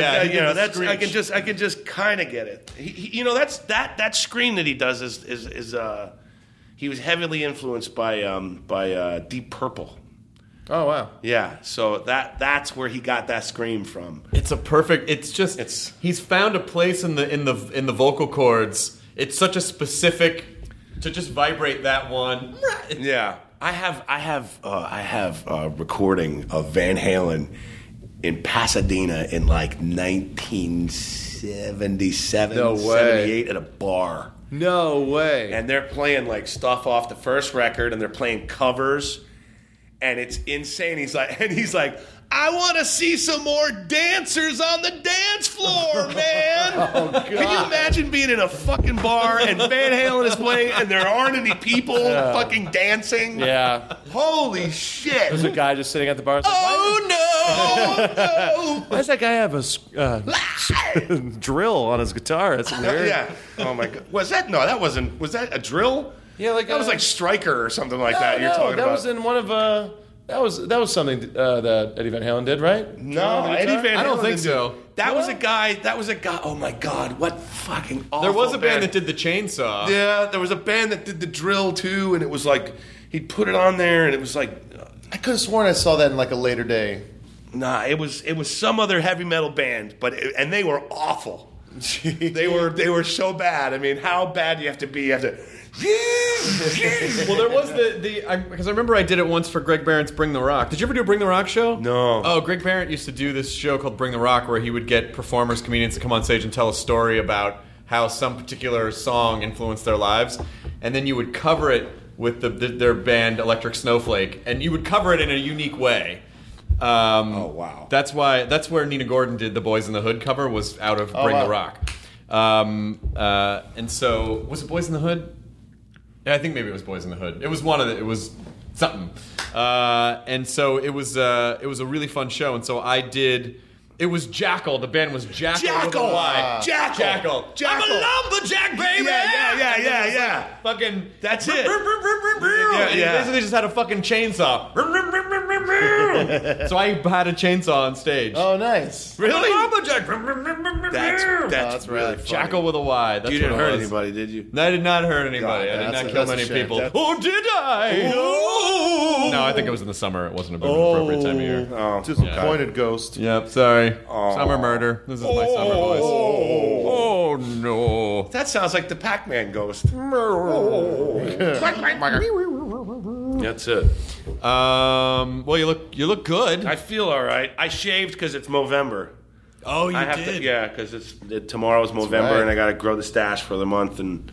Speaker 1: Yeah,
Speaker 4: I,
Speaker 1: he
Speaker 4: you
Speaker 1: did
Speaker 4: know
Speaker 1: the
Speaker 4: that's I can
Speaker 1: screech.
Speaker 4: just I can just kind of get it. He, he, you know that's that that scream that he does is is is uh He was heavily influenced by um, by uh, Deep Purple.
Speaker 2: Oh wow.
Speaker 4: Yeah, so that that's where he got that scream from.
Speaker 1: It's a perfect. It's just. It's he's found a place in the in the in the vocal cords. It's such a specific to just vibrate that one.
Speaker 4: Yeah, I have I have uh, I have a recording of Van Halen in Pasadena in like 1977,
Speaker 2: No way.
Speaker 4: 78 at a bar.
Speaker 2: No way.
Speaker 4: And they're playing like stuff off the first record and they're playing covers and it's insane. He's like [LAUGHS] and he's like I want to see some more dancers on the dance floor, man. Can you imagine being in a fucking bar and Van Halen is playing and there aren't any people fucking dancing?
Speaker 2: Yeah.
Speaker 4: [LAUGHS] Holy shit.
Speaker 2: There's a guy just sitting at the bar. it's like,
Speaker 4: Oh no!
Speaker 2: [LAUGHS] "Why- Why does that guy have a s- uh, drill on his guitar? That's weird.
Speaker 4: yeah. Oh my god. Was that no? That wasn't. Was that a drill?
Speaker 2: Yeah, like,
Speaker 4: that was
Speaker 2: uh,
Speaker 4: like striker or something like
Speaker 2: No,
Speaker 4: that. You're
Speaker 2: no,
Speaker 4: talking
Speaker 2: that
Speaker 4: about.
Speaker 2: was in one of uh, that was that was something uh, that Eddie Van Halen did, right?
Speaker 4: no, Eddie Van
Speaker 1: I don't
Speaker 4: Halen
Speaker 1: think
Speaker 4: didn't
Speaker 1: so.
Speaker 4: do- That was a guy. That was a guy. Oh my god! What fucking. Awful
Speaker 1: There was a band that did the chainsaw.
Speaker 4: Yeah, there was a band that did the drill too, and it was like he'd put it on there, and it was like,
Speaker 2: I could have sworn I saw that in like a later day.
Speaker 4: nah, it was it was some other heavy metal band, but it, and they were awful. they were they were so bad. I mean, how bad do you have to be? You have to.
Speaker 1: Well, there was the the because I remember I did it once for Greg Barrett's Bring the Rock. Did you ever do a Bring the Rock show?
Speaker 4: No.
Speaker 1: Oh, Greg Barrett used to do this show called Bring the Rock, where he would get performers, comedians to come on stage and tell a story about how some particular song influenced their lives, and then you would cover it with the, the, their band Electric Snowflake, and you would cover it in a unique way. Um,
Speaker 4: Oh, wow.
Speaker 1: That's why. That's where Nina Gordon did the Boys in the Hood cover was out of
Speaker 4: Oh,
Speaker 1: Bring
Speaker 2: wow.
Speaker 1: the Rock. Um, uh, and so was it Boys in the Hood? Yeah, I think maybe it was Boys in the Hood. It was one of the, it was something. Uh, and so it was uh, it was a really fun show. And so I did. It was Jackal. The band was Jackal. with a
Speaker 4: Jackal!
Speaker 1: Y.
Speaker 4: Jackal!
Speaker 1: Jackal. I'm
Speaker 4: Jackal!
Speaker 1: a lumberjack, baby.
Speaker 4: Yeah, yeah, yeah,
Speaker 1: And then
Speaker 4: yeah,
Speaker 1: it was
Speaker 4: yeah.
Speaker 1: Like fucking.
Speaker 4: That's it. Yeah,
Speaker 1: Yeah,
Speaker 4: yeah.
Speaker 1: Basically, just had a fucking chainsaw. [LAUGHS] so I had a chainsaw on stage.
Speaker 2: Oh, nice.
Speaker 4: Really?
Speaker 1: Lumberjack.
Speaker 4: That's that's, really funny.
Speaker 1: Jackal with a Y. That's
Speaker 4: You didn't
Speaker 1: what it
Speaker 4: hurt
Speaker 1: was.
Speaker 4: anybody, did you?
Speaker 1: No, I did not hurt anybody.
Speaker 2: God,
Speaker 1: I did
Speaker 2: that's
Speaker 1: not
Speaker 2: a-
Speaker 1: kill
Speaker 2: that's a
Speaker 1: many
Speaker 2: shame.
Speaker 1: people.
Speaker 2: That's-
Speaker 1: Oh, did I?
Speaker 4: Oh.
Speaker 1: No, I think it was in the summer. It wasn't about an appropriate time of year.
Speaker 2: Disappointed ghost.
Speaker 1: Yep, sorry.
Speaker 4: Oh.
Speaker 1: Summer murder. This is my summer voice. Oh, no.
Speaker 4: That sounds like the Pac-Man ghost. That's it.
Speaker 1: Um. Well, you look you look good.
Speaker 4: I feel all right. I shaved because it's Movember.
Speaker 1: oh, you
Speaker 4: I have to, yeah, because it's it, tomorrow's Movember,
Speaker 2: right.
Speaker 4: and I got to grow the stash for the month and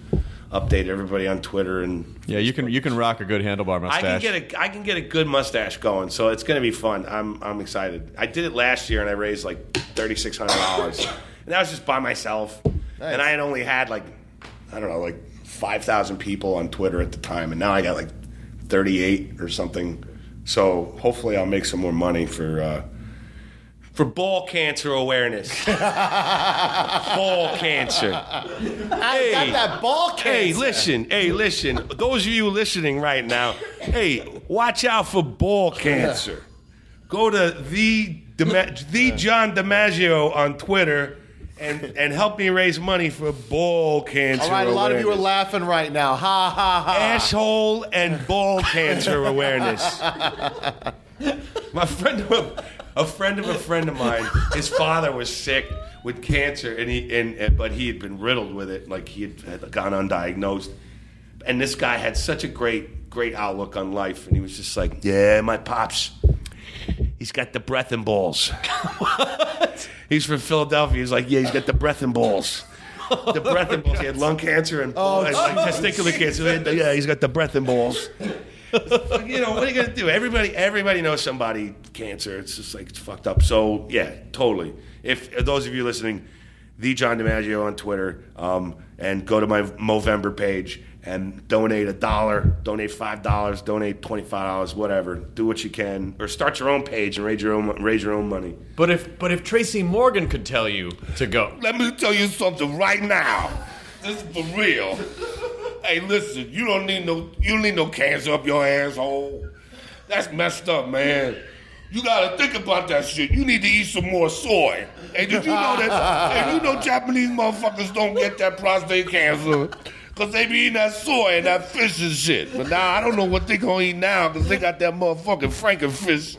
Speaker 4: update everybody on Twitter. And
Speaker 1: Yeah, you can you can rock a good handlebar
Speaker 4: I
Speaker 1: mustache.
Speaker 4: can get a I can get a good mustache going, so it's gonna be fun. I'm I'm excited. I did it last year, and I raised like thirty six hundred dollars, and that was just by myself. And I had only had like I don't know, like five thousand people on Twitter at the time, and now I got like thirty eight or something. So hopefully, I'll make some more money for. Uh, for ball
Speaker 2: [LAUGHS]
Speaker 4: cancer awareness. ball cancer. hey,
Speaker 2: Got that ball
Speaker 4: hey,
Speaker 2: case.
Speaker 4: listen, hey, listen. Those of you listening right now, hey, watch out for ball cancer. Go to the Dima- the John DiMaggio on Twitter and and help me raise money for ball cancer.
Speaker 2: All right, a lot of you are
Speaker 4: awareness.
Speaker 2: laughing right now. Ha ha ha.
Speaker 4: Asshole and ball cancer awareness. My friend, of a, a friend of a friend of mine, his father was sick with cancer, and he and, and but he had been riddled with it, like he had, had gone undiagnosed. And this guy had such a great, great outlook on life, and he was just like, "Yeah, my pops, he's got the breath and balls." He's from Philadelphia. He's like, "Yeah, he's got the breath and balls." The breath and balls. He had lung cancer and, oh, and like, testicular cancer. He had the- Yeah, he's got the breath and balls you know, what are you gonna do? Everybody, everybody knows somebody cancer. It's just like it's fucked up. So yeah, totally. If uh, those of you listening, the John DiMaggio on Twitter, um, and go to my Movember page and donate a dollar, donate five dollars, donate twenty five dollars, whatever. Do what you can, or start your own page and raise your own raise your own money.
Speaker 1: But if but if Tracy Morgan could tell you to go,
Speaker 4: Let me tell you something right now. This is for real. hey, listen, you don't need no you don't need no cancer up your asshole. That's messed up, man. You gotta think about that shit. You need to eat some more soy. Hey, did you know that? hey, you know Japanese motherfuckers don't get that prostate cancer. Cause they be eating that soy and that fish and shit. But now I don't know what they gonna eat now because they got that motherfucking frankenfish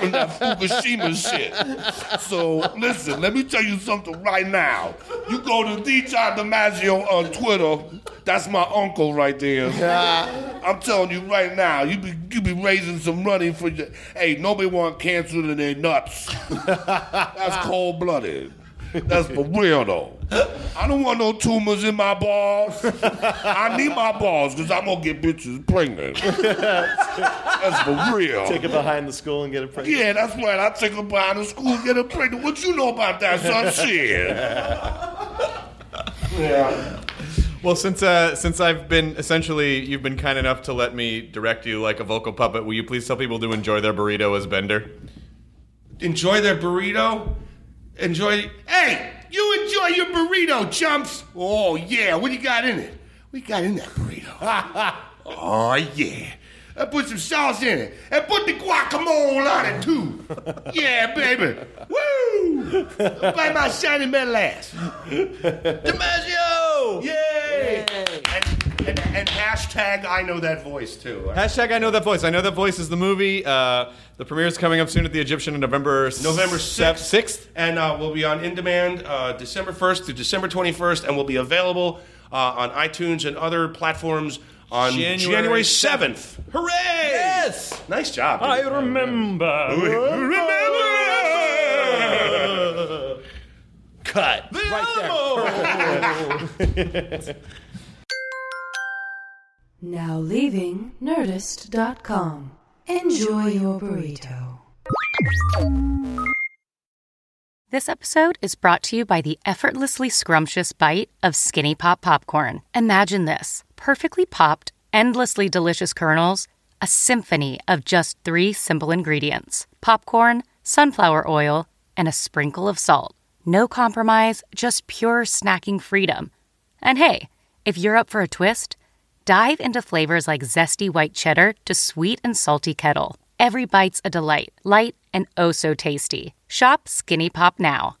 Speaker 4: from that Fukushima shit. So listen, let me tell you something right now. You go to DJ DiMaggio on Twitter. That's my uncle right there. I'm telling you right now, you be you be raising some money for your. Hey, nobody want cancer in their nuts. That's cold blooded. That's for real though. I don't want no tumors in my balls. I need my balls because I'm gonna get bitches pregnant. That's for real.
Speaker 2: Take it behind the school and get it pregnant.
Speaker 4: Yeah, that's right. I take her behind the school, get her pregnant. What you know about that, son? Shit. Yeah.
Speaker 1: Well, since uh, since I've been essentially, you've been kind enough to let me direct you like a vocal puppet. Will you please tell people to enjoy their burrito as Bender?
Speaker 3: Enjoy their burrito. Enjoy.
Speaker 4: Hey, you enjoy your burrito, chumps. Oh yeah, what do you got in it? We got in that burrito. [LAUGHS] oh yeah. I put some sauce in it. And put the guacamole on it too. Yeah, baby. Woo! Play my shiny metal ass. DiMaggio! Yay!
Speaker 3: And, and, and hashtag I know that voice too.
Speaker 1: Hashtag I know that voice. I know that voice is the movie. Uh, the premiere is coming up soon at the Egyptian on November
Speaker 3: November
Speaker 1: sev-
Speaker 3: 6th. And uh, we'll be on in demand uh, December 1st through December 21st, and we'll be available uh, on iTunes and other platforms on
Speaker 1: January
Speaker 3: January, 7th. Hooray!
Speaker 1: Yes!
Speaker 3: Nice job. dude.
Speaker 9: I remember.
Speaker 3: Remember!
Speaker 2: Cut.
Speaker 10: Now leaving Nerdist.com. Enjoy your burrito.
Speaker 11: This episode is brought to you by the effortlessly scrumptious bite of Skinny Pop popcorn. Imagine this perfectly popped, endlessly delicious kernels, a symphony of just three simple ingredients popcorn, sunflower oil, and a sprinkle of salt. No compromise, just pure snacking freedom. And hey, if you're up for a twist, dive into flavors like zesty white cheddar to sweet and salty kettle. Every bite's a delight, light and oh so tasty. Shop Skinny Pop now.